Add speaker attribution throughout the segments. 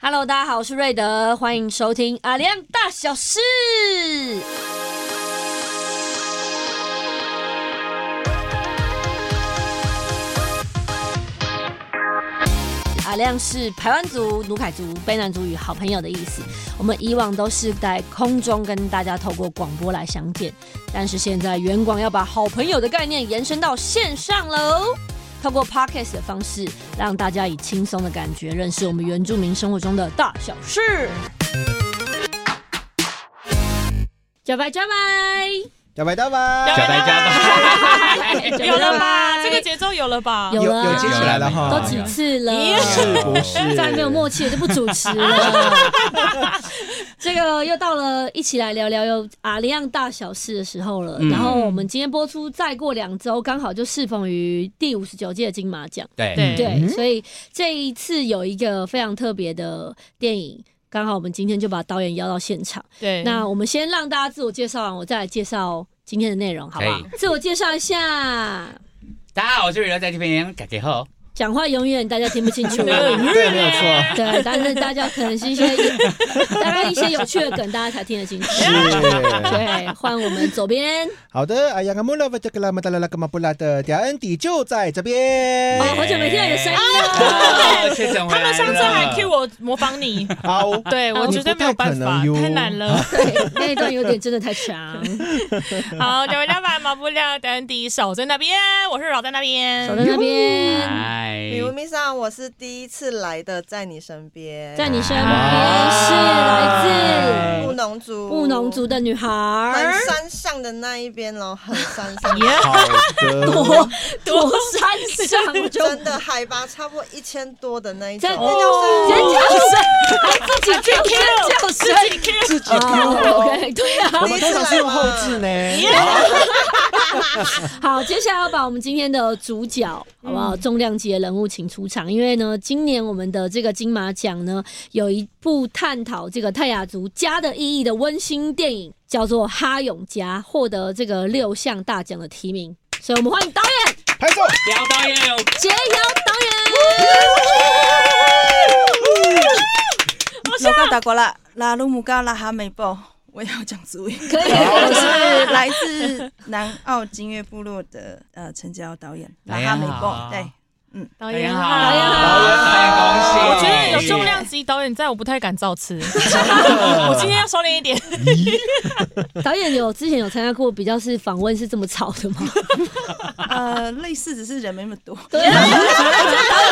Speaker 1: Hello，大家好，我是瑞德，欢迎收听阿亮大小事。阿亮是排湾族、努凯族、卑南族与好朋友的意思。我们以往都是在空中跟大家透过广播来相见，但是现在远广要把好朋友的概念延伸到线上喽。透过 podcast 的方式，让大家以轻松的感觉认识我们原住民生活中的大小事。加白加白，
Speaker 2: 加白加白，
Speaker 3: 加白
Speaker 1: 加白，
Speaker 4: 有了吧？这个节奏有了吧？
Speaker 1: 有
Speaker 2: 有
Speaker 1: 了，
Speaker 2: 有接起来了哈，
Speaker 1: 都几次了，
Speaker 2: 是不是？
Speaker 1: 再没有默契，我就不主持了。 这个又到了一起来聊聊有阿里样大小事的时候了。
Speaker 3: 嗯
Speaker 1: 然后我们今天播出，再过两周刚好就适逢于第五十九届金马奖，
Speaker 3: 对
Speaker 2: 嗯
Speaker 4: 对
Speaker 1: 对，所以这一次有一个非常特别的电影。刚好我们今天就把导演邀到现场，
Speaker 3: 嗯
Speaker 4: 对，
Speaker 1: 那我们先让大家自我介绍完，我再来介绍今天的内容，好不好
Speaker 3: 可？
Speaker 1: 自我介绍一下，
Speaker 3: 大家好，我是娱乐在这边，感谢后。
Speaker 1: 讲话永远大家听不清楚。
Speaker 2: 对，没有错，
Speaker 1: 对，但是大家可能是一些 大概一些有趣的梗，大家才听得进去。
Speaker 2: 是。
Speaker 1: 对，换我们左边，
Speaker 2: 好的，哎呀，卡穆拉夫特克拉马达拉拉格马布拉的迪恩迪就在这边
Speaker 3: 哎
Speaker 1: 哦，。好久没听到你的声音了。
Speaker 3: 哦确诊回
Speaker 4: 他
Speaker 3: 来了
Speaker 4: 们上次还 cue 我模仿你，啊
Speaker 2: 好，
Speaker 4: 对我绝对没有办法，
Speaker 2: 你不太可能哟
Speaker 4: 太难 了。
Speaker 1: 对，哎那一段有点真的太长，
Speaker 4: 好，两位老板马不了丹迪手在那边，我是手在那
Speaker 1: 守 在
Speaker 4: 边。
Speaker 1: 那边，
Speaker 3: 嗨
Speaker 5: 米，如米上，啊我是第一次来的，在你身边，
Speaker 1: 在你身边是来
Speaker 5: 布农
Speaker 1: 自
Speaker 5: 族，
Speaker 1: 布农族的女孩
Speaker 5: 很
Speaker 1: 儿，
Speaker 5: 山上的那一边咯，很山上，
Speaker 2: 好的，
Speaker 1: 多多山 上我就
Speaker 5: 真的海拔差不多一千多的那一种，哦
Speaker 1: 真
Speaker 5: 那就是
Speaker 1: 尖叫声，还自己 Q 尖叫声，
Speaker 2: 自己
Speaker 1: 哦，OK，对啊，
Speaker 2: 我们通常是用后置呢。
Speaker 1: 好，接下来要把我们今天的主角，好不好？重量级的人物请出场，因为呢，今年我们的这个金马奖呢，有一部探讨这个泰雅族家的意义的温馨电影，叫做《哈永家》，获得这个六项大奖的提名。所以我们欢迎导演
Speaker 2: 拍手。
Speaker 3: 廖导演，
Speaker 1: 杰瑶导演。
Speaker 6: 老高打过来，拉鲁姆嘎拉哈美波，我也要讲族语。
Speaker 1: 可 以，
Speaker 6: 我是 来自南澳金月部落的呃陈杰尧导演，拉哈美波，
Speaker 3: 哎呀
Speaker 6: 对，
Speaker 4: 导
Speaker 3: 导演好，
Speaker 4: 好，
Speaker 3: 导演
Speaker 4: 我
Speaker 3: 恭
Speaker 4: 觉
Speaker 3: 喜。
Speaker 4: 得有重量级导演在我不太敢造次， 我今天要收敛一点。
Speaker 1: 导演有之前有参加过比较是访问是这么吵的吗？
Speaker 6: 呃，类似只是人没那么多，
Speaker 1: 对，导演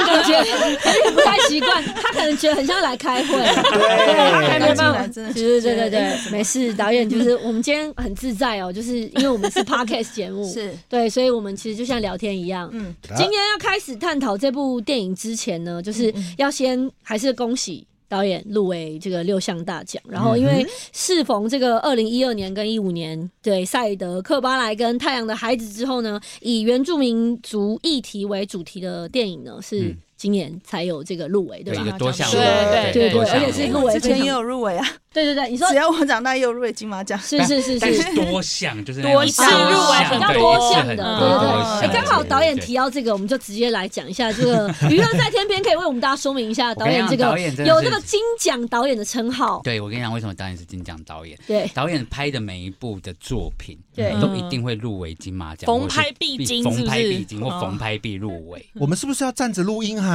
Speaker 1: 感觉有点不太习惯，他可能觉得很像来开会，对他还没办法。
Speaker 6: 真的
Speaker 1: 其实对对对，没事，导演就是我们今天很自在哦，就是因为我们是 podcast 节目，
Speaker 6: 是
Speaker 1: 对，所以我们其实就像聊天一样。
Speaker 6: 嗯，
Speaker 1: 今天要开始探讨这部电影之前呢，就是
Speaker 3: 嗯
Speaker 1: 要先还是恭喜。导演入围这个六项大奖，然
Speaker 3: 嗯
Speaker 1: 后因为适逢这个二零一二年跟一五年对赛德克巴莱跟太阳的孩子之后呢，以原住民族议题为主题的电影呢，是
Speaker 3: 嗯
Speaker 1: 今年才有这个入围，对
Speaker 3: 对
Speaker 1: 吧
Speaker 3: 一？个多项目，
Speaker 4: 对对
Speaker 1: 对对
Speaker 3: 多项目
Speaker 1: 而且是入
Speaker 6: 我
Speaker 1: 围
Speaker 6: 之前也有入围啊，
Speaker 1: 对对对，你说
Speaker 6: 只要我长大也有入围金马奖，
Speaker 1: 是是是
Speaker 3: 但
Speaker 1: 是，
Speaker 3: 是多项就是
Speaker 4: 多项
Speaker 1: 啊比较多项的，对对
Speaker 4: 嗯多
Speaker 1: 对。
Speaker 4: 项
Speaker 1: 哎，刚好导演提。到这个，我们就直接来讲一下这 个娱乐在天边，可以为我们大家说明一下导演这个
Speaker 3: 我跟你讲导演真的是
Speaker 1: 有这个金奖导演的称号。
Speaker 3: 对，我跟你讲，为什么导演是金奖导演？
Speaker 1: 对
Speaker 3: 导演拍的每一部的作品，
Speaker 1: 对
Speaker 3: 都一定会入围金马奖，
Speaker 4: 逢拍必经
Speaker 3: 或是
Speaker 4: 是
Speaker 3: 逢
Speaker 4: 不
Speaker 3: 拍必
Speaker 4: 是？
Speaker 3: 经或逢拍必入围。
Speaker 2: 我们是不是要站着录音哈？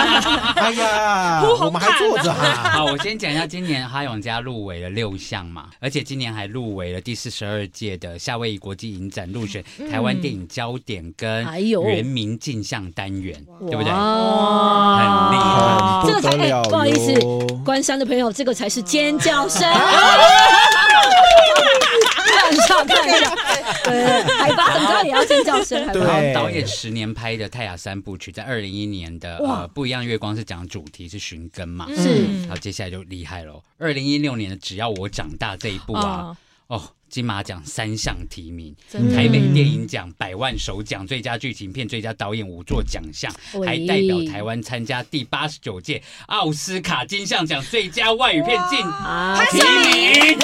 Speaker 2: 哎呀，我们还坐着 哈。
Speaker 3: 好，我先讲一下今年哈永家入围了六项嘛，而且今年还入围了第四十二届的夏威夷国际影展入选台湾电影焦点跟
Speaker 1: 哎呦
Speaker 3: 原名镜像单元，对不对？
Speaker 4: 哦
Speaker 1: 哇
Speaker 3: 很厉害
Speaker 1: 这个才
Speaker 2: 不得
Speaker 1: 哎
Speaker 2: 了
Speaker 1: 不好意思
Speaker 2: 哟，
Speaker 1: 关山的朋友，这个才是尖叫声。
Speaker 3: 哦
Speaker 1: 看一下，看一下，对，海拔怎么着也要尖叫声，海
Speaker 2: 对
Speaker 1: 拔。
Speaker 3: 然后导演十年拍的《泰雅三部曲》，在二零一一年的
Speaker 1: 哇嗯
Speaker 3: 呃《不一样月光》是讲主题是寻根嘛，
Speaker 1: 是
Speaker 3: 好，接下来就厉害喽。二零一六年的《只要我长大》这一部啊，
Speaker 4: 啊，
Speaker 3: 哦，金马奖三项提名，
Speaker 4: 真
Speaker 3: 台北
Speaker 4: 的。
Speaker 3: 电影奖百万首奖、最佳剧情片、最佳导演五座奖项，
Speaker 1: 喂
Speaker 3: 还代表台湾参加第八十九届奥斯卡金像奖最佳外语片进
Speaker 1: 啊，
Speaker 3: 提名，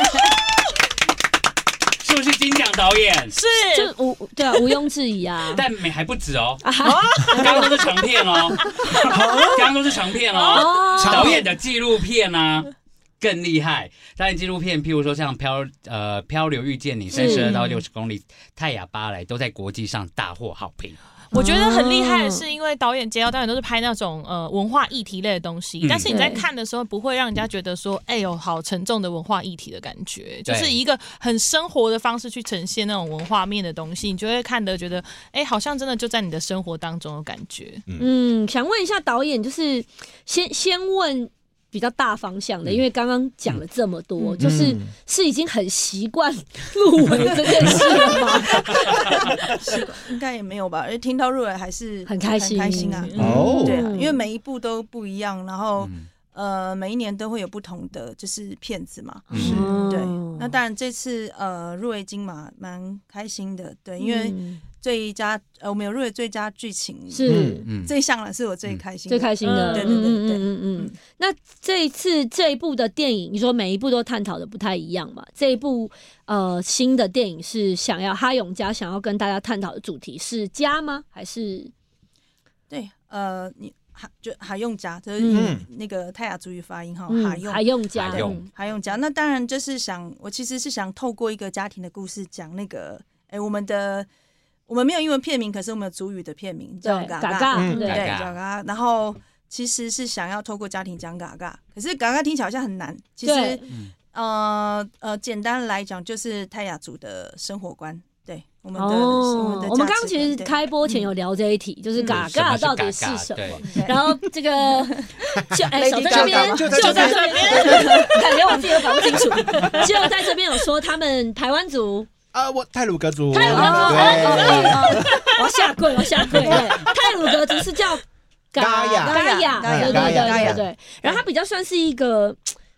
Speaker 3: 是不是金奖导演，
Speaker 4: 是
Speaker 1: 这无对啊，毋庸置疑啊。
Speaker 3: 但美还不止哦，刚刚都是长片哦，刚刚都是长片哦。
Speaker 1: 哦
Speaker 3: 导演的纪录片啊。更厉害，导演纪录片，譬如说像漂呃漂流遇见你，三十二到六十公里，泰雅巴莱都在国际上大获好评。
Speaker 4: 我觉得很厉害的是，
Speaker 1: 嗯
Speaker 4: 因为导演、接到导演都是拍那种呃文化议题类的东西
Speaker 3: 嗯，
Speaker 4: 但是你在
Speaker 1: 对
Speaker 4: 看的时候不会让人家觉得说，哎呦，好沉重的文化议题的感觉，就
Speaker 3: 对
Speaker 4: 是一个很生活的方式去呈现那种文化面的东西，你就会看得觉得，哎，好像真的就在你的生活当中的感觉。
Speaker 1: 嗯，想问一下导演，就是先先问比较大方向的，因为刚刚讲了这么多，
Speaker 4: 嗯
Speaker 1: 就是
Speaker 2: 嗯
Speaker 1: 是已经很习惯入围这件事了吗？
Speaker 6: 应该也没有吧，因为听到入围还是
Speaker 1: 很开心
Speaker 6: 很开心啊。
Speaker 2: 哦
Speaker 6: 对啊，
Speaker 1: 嗯
Speaker 6: 因为每一部都不一样，然后呃，每一年都会有不同的就是片子嘛。
Speaker 2: 是
Speaker 6: 嗯对，那
Speaker 1: 哦
Speaker 6: 当然这次呃入围金马蛮开心的，对，因为
Speaker 1: 嗯
Speaker 6: 最佳呃我们有入围最佳剧情，
Speaker 1: 是
Speaker 2: 嗯
Speaker 3: 嗯，
Speaker 6: 这一项了是我最开心的
Speaker 1: 最开心的，
Speaker 4: 嗯
Speaker 6: 对对对对对
Speaker 1: 嗯嗯嗯
Speaker 6: 嗯。
Speaker 1: 那这一次这一部的电影，你说每一部都探讨的不太一样嘛？这一部呃新的电影是想要哈永家想要跟大家探讨的主题是家吗？还是
Speaker 6: 对，呃，你哈就哈用家，就是
Speaker 1: 嗯
Speaker 6: 那个泰雅族语发音哈，
Speaker 1: 嗯
Speaker 6: 哈用
Speaker 1: 还用家？嗯
Speaker 3: 哈用
Speaker 6: 哈用家。那当然就是想，我其实是想透过一个家庭的故事，讲那个，哎，我们的我们没有英文片名，可是我们有族语的片名
Speaker 1: 对
Speaker 6: 叫，
Speaker 1: 嘎
Speaker 6: 嘎嘎，
Speaker 1: 嘎，
Speaker 2: 嗯
Speaker 6: 对，
Speaker 1: 对。
Speaker 3: 嘎嘎
Speaker 6: 嘎嘎。然后其实是想要透过家庭讲嘎嘎，可是嘎嘎听起来好像很难，其
Speaker 1: 对
Speaker 6: 实呃呃，简单来讲就是泰雅族的生活观，对我们的我们的
Speaker 1: 哦我们
Speaker 6: 价
Speaker 1: 刚刚
Speaker 6: 值
Speaker 1: 其
Speaker 6: 观
Speaker 1: 实
Speaker 6: 对
Speaker 1: 开播前有聊这一题，
Speaker 3: 嗯
Speaker 1: 就是嘎嘎到底是什么？
Speaker 6: 对
Speaker 1: 然后 这个就哎，
Speaker 6: Lady
Speaker 1: 手在这
Speaker 6: Gaga
Speaker 1: 边，
Speaker 6: 吗
Speaker 1: 就
Speaker 2: 就在
Speaker 1: 在这 边，感觉我自己都搞不清楚。就在这边有说他们台湾族，
Speaker 2: 啊，我泰鲁格族，
Speaker 6: 哦
Speaker 1: 泰鲁格族，哎哦
Speaker 2: 对，
Speaker 1: 哦哦我要下跪，我要下跪。 对泰鲁格族是叫
Speaker 2: 嘎雅
Speaker 1: 嘎
Speaker 6: 嘎雅
Speaker 1: 雅，对对
Speaker 2: 嘎
Speaker 1: 对
Speaker 2: 雅嘎
Speaker 1: 对
Speaker 2: 雅
Speaker 1: 对对。然后它比较算是一个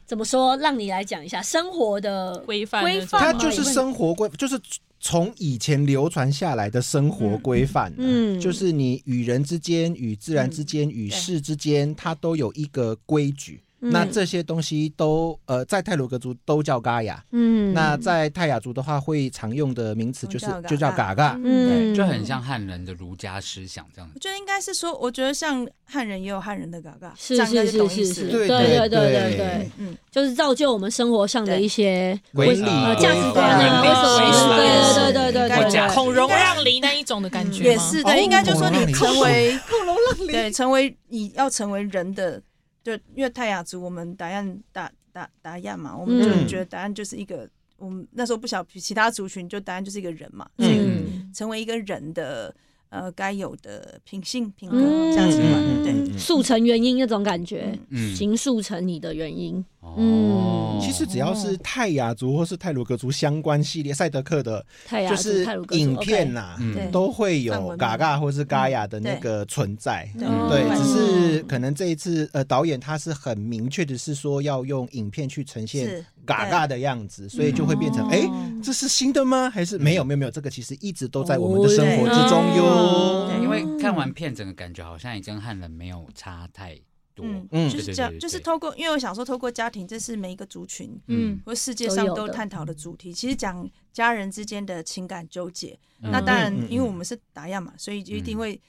Speaker 1: 怎么说？让你来讲一下生活的
Speaker 4: 规范
Speaker 1: 规
Speaker 4: 那种
Speaker 1: 范
Speaker 2: 它
Speaker 1: 嘛，
Speaker 2: 就是生活规，就是从以前流传下来的生活规范、
Speaker 1: 嗯
Speaker 2: 嗯，
Speaker 1: 嗯
Speaker 2: 就是你与人之间、与自然之间、与
Speaker 6: 对
Speaker 2: 事之间，它都有一个规
Speaker 1: 嗯
Speaker 2: 矩。那这些东西都呃，在泰鲁格族都叫嘎雅，
Speaker 1: 嗯
Speaker 2: 那在泰雅族的话会常用的名词就是
Speaker 6: 都叫嘎
Speaker 2: 就叫嘎嘎。
Speaker 1: 嗯
Speaker 3: 就很像汉人的儒家思想这样
Speaker 6: 我。觉得应该是说，我觉得像汉人也有汉人的嘎嘎，
Speaker 1: 是
Speaker 6: 这样应该
Speaker 1: 是
Speaker 6: 就是懂
Speaker 1: 是
Speaker 6: 意思
Speaker 1: 是，
Speaker 6: 了。
Speaker 1: 对
Speaker 2: 对
Speaker 1: 对对
Speaker 2: 对
Speaker 1: 对
Speaker 2: 对
Speaker 1: 对
Speaker 6: 嗯，嗯，
Speaker 1: 就是造就我们生活上的一些
Speaker 2: 规
Speaker 1: 规
Speaker 2: 律
Speaker 1: 呃
Speaker 2: 规
Speaker 1: 价值观啊，
Speaker 2: 范
Speaker 1: 为什
Speaker 4: 规
Speaker 1: 么？
Speaker 4: 范
Speaker 1: 对对对对对对
Speaker 6: 规范
Speaker 1: 对，
Speaker 4: 孔融让梨那一种的感觉
Speaker 6: 也
Speaker 4: 吗
Speaker 6: 是
Speaker 2: 哦
Speaker 6: 对，应该就说
Speaker 2: 孔融让
Speaker 6: 你
Speaker 2: 梨
Speaker 6: 成为恐龙浪对，成为你要成为人的，就因为泰雅族我们达样达达达样嘛，我们就
Speaker 2: 嗯
Speaker 6: 觉得达样就是一个，我们那时候不晓得其他族群就达样就是一个人嘛，所以
Speaker 1: 嗯，
Speaker 6: 成为一个人的呃该有的品性品格
Speaker 1: 嗯
Speaker 6: 价值
Speaker 1: 嗯
Speaker 6: 观，对。
Speaker 1: 速成原因那种感觉，
Speaker 3: 嗯，
Speaker 1: 形塑成你的原因，
Speaker 3: 哦
Speaker 2: 其实只要是泰雅族或是泰鲁格族相关系列，赛德克的，
Speaker 1: 泰雅
Speaker 2: 就
Speaker 1: 族
Speaker 2: 是
Speaker 1: 啊泰鲁格族
Speaker 2: 影片啊
Speaker 1: OK
Speaker 2: 呐、
Speaker 3: 嗯
Speaker 6: 对
Speaker 2: 都会
Speaker 6: 范
Speaker 2: 有
Speaker 6: 文
Speaker 2: 嘎嘎或是嘎雅的那
Speaker 6: 对
Speaker 2: 个存在。
Speaker 6: 对
Speaker 1: 嗯
Speaker 2: 对，
Speaker 6: 嗯
Speaker 2: 只是可能这一次呃，导演他是很明确的是说要用影片去呈现
Speaker 6: 是
Speaker 2: 嘎嘎的样子，所以就会变成
Speaker 4: 哦
Speaker 2: 哎、诶这是新的吗？还是没有没有没有，这个其实一直都在我们的生活之中
Speaker 1: 哦
Speaker 2: 哟。
Speaker 3: 因为看完片，整个感觉好像也跟汉人没有差太多。
Speaker 2: 嗯
Speaker 6: 就是
Speaker 3: 对
Speaker 6: 这样，
Speaker 3: 对
Speaker 6: 就是
Speaker 3: 对
Speaker 6: 透过，因为我想说，透过家庭，这是每一个族群
Speaker 3: 嗯，
Speaker 6: 或世界
Speaker 1: 都有
Speaker 6: 上
Speaker 1: 的
Speaker 6: 都探讨的主题。其实讲家人之间的情感纠结，
Speaker 3: 嗯
Speaker 6: 那当然
Speaker 2: 嗯嗯，
Speaker 6: 因为我们是打样嘛，所以就一定
Speaker 3: 嗯
Speaker 6: 会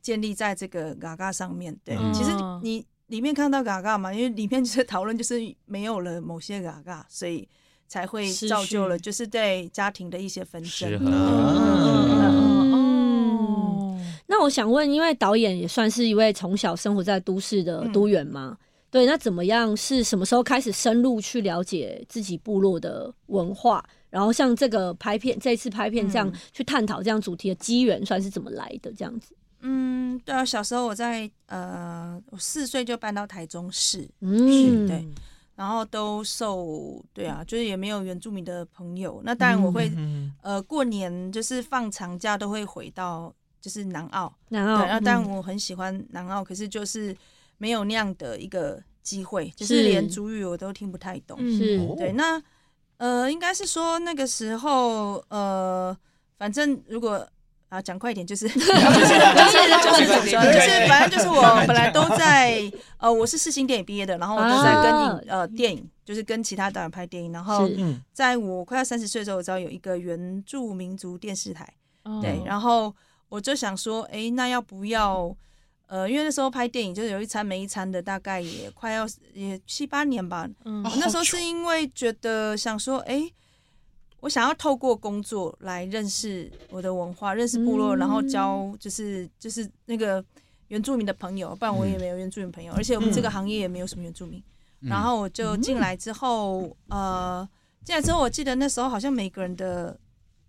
Speaker 6: 建立在这个嘎嘎上面。对，
Speaker 3: 嗯
Speaker 6: 其实你里面看到嘎嘎嘛，因为里面就是讨论就是没有了某些嘎嘎，所以才会
Speaker 4: 失去
Speaker 6: 造就了就是对家庭的一些纷
Speaker 3: 适
Speaker 6: 争。嗯
Speaker 2: 啊
Speaker 1: 嗯那我想问，因为导演也算是一位从小生活在都市的
Speaker 6: 嗯
Speaker 1: 都员嘛，对，那怎么样是什么时候开始深入去了解自己部落的文化？然后像这个拍片，这次拍片这样、
Speaker 6: 嗯
Speaker 1: 去探讨这样主题的机缘，算是怎么来的？这样子，
Speaker 6: 嗯，对啊，小时候我在呃，我四岁就搬到台中市，
Speaker 1: 嗯，
Speaker 6: 对，然后都受对啊，就是也没有原住民的朋友。那当然我会、
Speaker 2: 嗯
Speaker 6: 呃过年就是放长假都会回到就是南澳，
Speaker 1: 然
Speaker 2: 哦
Speaker 6: 对，
Speaker 1: 后，
Speaker 6: 然后
Speaker 1: 嗯
Speaker 6: 当然我很喜欢南澳，可是就是没有那样的一个机会，就是是连主语我都听不太
Speaker 4: 嗯
Speaker 6: 懂。
Speaker 1: 是
Speaker 2: 哦
Speaker 6: 对，那呃应该是说那个时候呃，反正如果啊，讲快一点，就是就是就是就是就是，反正就是我本来都在呃，我是四星电影毕业的，然后我都在跟影呃电影，就是跟其他导演拍电影，然后
Speaker 1: 是
Speaker 2: 嗯，
Speaker 6: 在我快要三十岁的时候，我知道有一个原住民族电视台，对，
Speaker 4: 嗯
Speaker 6: 然后我就想说，哎，那要不要？呃，因为那时候拍电影就是有一餐没一餐的，大概也快要也七八年吧。
Speaker 4: 嗯
Speaker 6: 我那时候是因为觉得想说，哎，我想要透过工作来认识我的文化，认识部落，
Speaker 1: 嗯
Speaker 6: 然后交就是就是那个原住民的朋友，不然我也没有原住民朋友，而且我们这个行业也没有什么原住民。
Speaker 3: 嗯
Speaker 6: 然后我就进来之后，呃，进来之后，我记得那时候好像每个人的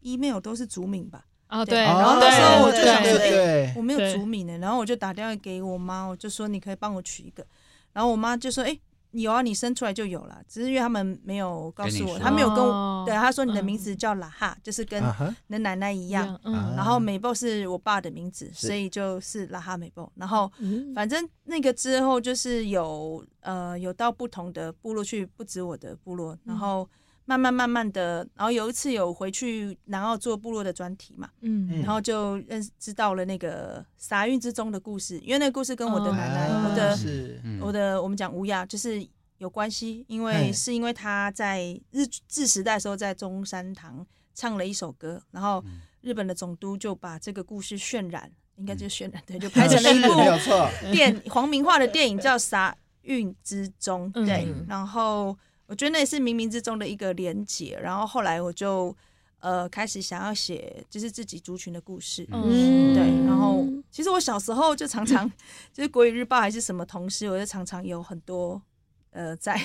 Speaker 6: email 都是族名吧，
Speaker 4: 啊
Speaker 6: 对
Speaker 4: 对，
Speaker 6: 然后那时候我就想
Speaker 2: 对
Speaker 6: 说
Speaker 2: 对对
Speaker 6: 我没
Speaker 4: 对
Speaker 6: 有族名的，然后我就打电话给我妈，我就说你可以帮我取一个，然后我妈就说，哎，有啊，你生出来就有了，只是因为他们没有告诉
Speaker 3: 跟你
Speaker 6: 我，
Speaker 3: 说
Speaker 6: 他没有跟
Speaker 4: 哦
Speaker 6: 我，对，他说你的
Speaker 4: 嗯
Speaker 6: 名字叫拉哈，就是跟
Speaker 2: 啊哈，
Speaker 6: 你的奶奶一
Speaker 4: 一
Speaker 6: 样，，
Speaker 4: 嗯
Speaker 2: 啊
Speaker 6: 然后美豹是我爸的名字，
Speaker 2: 是
Speaker 6: 所以就是拉哈美豹，然后。
Speaker 1: 嗯
Speaker 6: 反正那个之后就是有呃有到不同的部落去，不止我的部落，然后慢慢慢慢的，然后有一次有回去南澳做部落的专题嘛，
Speaker 4: 嗯
Speaker 2: 嗯
Speaker 6: 然后就认识知道了那个撒运之中的故事，因为那个故事跟我的奶奶，
Speaker 2: 啊
Speaker 6: 我的
Speaker 2: 是
Speaker 3: 嗯
Speaker 6: 我的我们讲乌鸦就是有关系，因为
Speaker 2: 嘿
Speaker 6: 是因为他在日治时代的时候在中山堂唱了一首歌，然后
Speaker 3: 嗯
Speaker 6: 日本的总督就把这个故事渲染，应该就是渲染 对，就
Speaker 2: 还
Speaker 6: 拍成了一部
Speaker 2: 嗯没有错，
Speaker 6: 电黄明化的电影叫《傻运之中》，
Speaker 4: 嗯
Speaker 6: 对，
Speaker 4: 嗯
Speaker 6: 然后我觉得那也是冥冥之中的一个连结，然后后来我就呃开始想要写就是自己族群的故事，
Speaker 4: 嗯
Speaker 6: 对，然后其实我小时候就常 常就是国语日报还是什么同事，我就常常有很多呃在。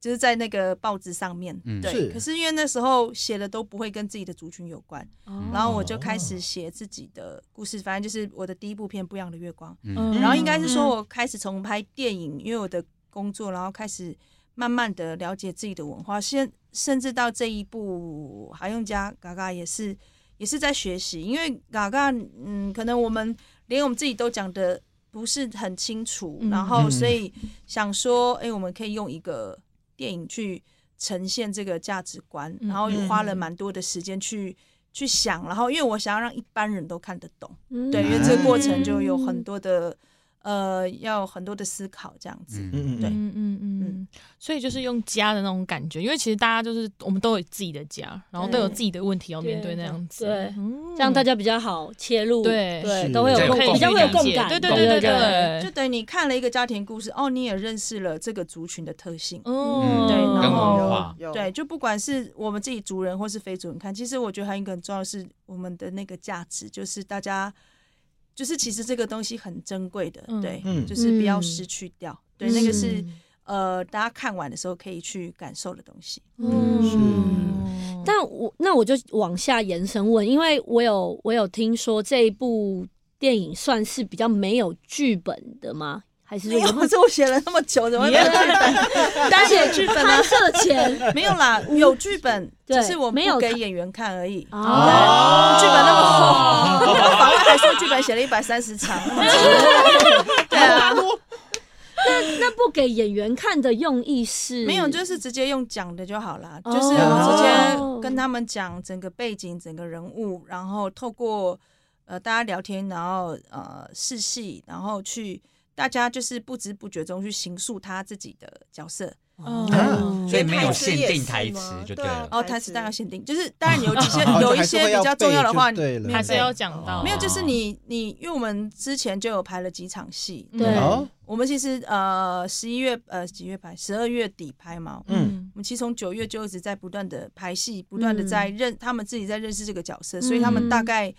Speaker 6: 就是在那个报纸上面，
Speaker 3: 嗯
Speaker 6: 对。
Speaker 2: 是
Speaker 6: 可是因为那时候写的都不会跟自己的族群有关，
Speaker 4: 哦
Speaker 6: 然后我就开始写自己的故事，反正就是我的第一部片《不一样的月光》。
Speaker 3: 嗯
Speaker 6: 然后应该是说我开始从拍电影，因为我的工作，然后开始慢慢的了解自己的文化，现甚至到这一步，还用加嘎嘎也是也是在学习，因为嘎嘎嗯，可能我们连我们自己都讲的不是很清楚，
Speaker 4: 嗯
Speaker 6: 然后
Speaker 2: 嗯
Speaker 6: 所以想说，哎、我们可以用一个电影去呈现这个价值观，
Speaker 4: 嗯
Speaker 6: 然后
Speaker 4: 嗯
Speaker 6: 花了蛮多的时间去。去想，然后因为我想要让一般人都看得懂，
Speaker 1: 嗯
Speaker 6: 对，因为这个过程就有很多的呃，要有很多的思考这样子。
Speaker 2: 嗯
Speaker 6: 对
Speaker 2: 嗯
Speaker 4: 嗯嗯嗯，所以就是用家的那种感觉，因为其实大家就是我们都有自己的家，然后都有自己的问题要面对那样子，
Speaker 1: 对
Speaker 4: 嗯
Speaker 1: 这样大家比较好切入，
Speaker 4: 对
Speaker 1: 对，
Speaker 2: 是
Speaker 1: 都会有
Speaker 3: 对
Speaker 1: 共
Speaker 3: 可以去
Speaker 1: 比较会有共感，
Speaker 4: 对对
Speaker 3: 共
Speaker 4: 对对
Speaker 1: 对，
Speaker 6: 就
Speaker 4: 对，
Speaker 6: 等于你看了一个家庭故事，哦，你也认识了这个族群的特性。
Speaker 4: 嗯
Speaker 6: 对
Speaker 3: 跟
Speaker 6: 然后
Speaker 3: 文化，
Speaker 5: 有
Speaker 6: 对，就不管是我们自己族人或是非族人看，其实我觉得还有一个很重要的是我们的那个价值，就是大家，就是其实这个东西很珍贵的，
Speaker 4: 嗯
Speaker 6: 对，
Speaker 2: 嗯
Speaker 6: 就是不要
Speaker 1: 嗯
Speaker 6: 失去掉，对，那个是
Speaker 4: 嗯
Speaker 6: 呃大家看完的时候可以去感受的东西。
Speaker 1: 嗯，但我那我就往下延伸问，因为我有我有听说这一部电影算是比较没有剧本的吗？还是
Speaker 6: 没
Speaker 1: 说
Speaker 6: 有，
Speaker 1: 有
Speaker 6: 哎这我写了那么久，怎么会没有剧本？
Speaker 1: 而且剧本拍摄前
Speaker 6: 没有啦，有剧本，
Speaker 1: 对
Speaker 6: 只是我
Speaker 1: 没有
Speaker 6: 不给
Speaker 1: 看
Speaker 6: 演员看而已。
Speaker 1: 哦
Speaker 6: 对剧本那么厚，我访问还说剧本写了一百三十场， 对啊，
Speaker 1: 嗯那不给演员看的用意是
Speaker 6: 没有，就是直接用讲的就好啦，
Speaker 1: 哦
Speaker 6: 就是我直接跟他们讲整个背景、整个人物，然后透过呃大家聊天，然后呃试戏，然后去大家就是不知不觉中去形塑他自己的角色。
Speaker 1: 哦
Speaker 3: 所以没有限定台词就对了
Speaker 6: 然后哦台词当然限定，就是当然有几 些
Speaker 2: 哦
Speaker 6: 有一
Speaker 2: 还是
Speaker 6: 些
Speaker 2: 会
Speaker 6: 比较
Speaker 2: 要背
Speaker 6: 重要的
Speaker 2: 就
Speaker 6: 话，
Speaker 2: 对了
Speaker 6: 没有
Speaker 4: 还是要讲到，
Speaker 6: 没有，就是你你，因为我们之前就有排了几场戏，
Speaker 4: 嗯
Speaker 1: 对
Speaker 2: 哦，
Speaker 6: 我们其实呃十一月呃几月排，十二月底拍嘛，
Speaker 4: 嗯
Speaker 6: 我们其实从九月就一直在不断的排戏，不断的在认、他们自己在认识这个角色，
Speaker 4: 嗯
Speaker 6: 所以他们大概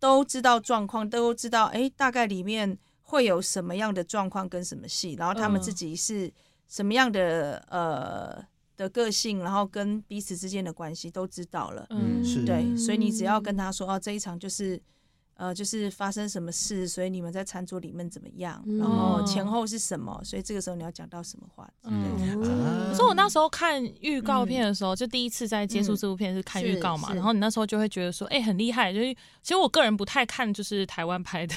Speaker 6: 都知道状况，都知道哎、诶大概里面会有什么样的状况跟什么戏，然后他们
Speaker 4: 嗯
Speaker 6: 自己是什么样的、呃的个性，然后跟彼此之间的关系都知道了。
Speaker 4: 嗯
Speaker 2: 是
Speaker 6: 对，所以你只要跟他说哦，这一场就是，呃，就是发生什么事，所以你们在餐桌里面怎么样，然后
Speaker 4: 嗯
Speaker 6: 前后是什么，所以这个时候你要讲到什么话。
Speaker 3: 嗯
Speaker 1: 哦
Speaker 4: 可是我那时候看预告片的时候，就第一次在接触这部嗯片是看预告嘛，
Speaker 6: 是是
Speaker 4: 然后你那时候就会觉得说，哎、很厉害。就是其实我个人不太看就是台湾拍的，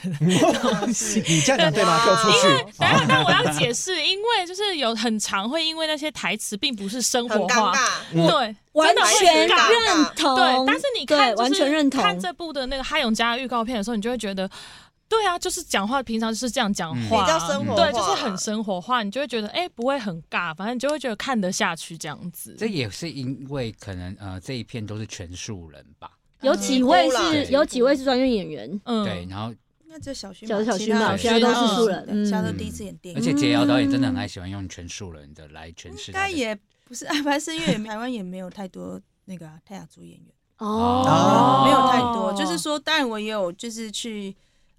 Speaker 2: 你这样讲对吗？给我出去！
Speaker 4: 等一下，但我要解释，因为就是有很常会因为那些台词并不是生
Speaker 5: 很
Speaker 4: 活
Speaker 5: 尴
Speaker 4: 化，
Speaker 5: 尬，
Speaker 2: 我
Speaker 4: 对，
Speaker 1: 完
Speaker 4: 真的会
Speaker 1: 全
Speaker 4: 尴尬
Speaker 1: 认同。
Speaker 4: 对，但是你看，
Speaker 1: 对完全认同。
Speaker 4: 看这部的那个哈永家预告片的时候，你就会觉得，对啊，就是讲话平常就是这样讲
Speaker 3: 嗯
Speaker 4: 话、
Speaker 5: 比较生活化
Speaker 4: 对，就是很生活化，你就会觉得，哎、不会很尬，反正你就会觉得看得下去这样子。
Speaker 3: 这也是因为可能呃这一片都是全素人吧，
Speaker 1: 有几位
Speaker 5: 嗯
Speaker 1: 是
Speaker 3: 对
Speaker 1: 有几位是专业演员，
Speaker 4: 嗯
Speaker 3: 对，然后
Speaker 6: 那只有小薰
Speaker 1: 小小薰
Speaker 3: 吧
Speaker 6: 其
Speaker 3: 其他
Speaker 6: 他
Speaker 1: 都
Speaker 4: 是
Speaker 1: 素人
Speaker 6: 对其他都
Speaker 3: 嗯
Speaker 6: 第一次演电
Speaker 3: 而
Speaker 6: 影，
Speaker 3: 且杰瑶导演真的很爱喜欢用全素人的来诠释
Speaker 6: 应
Speaker 3: 他
Speaker 6: 该
Speaker 3: 的
Speaker 6: 也不是 爱拍是因为台湾也没有太多那个啊泰雅族演员。
Speaker 1: 哦，
Speaker 6: 没有太多，就是说，当然我也有就是去，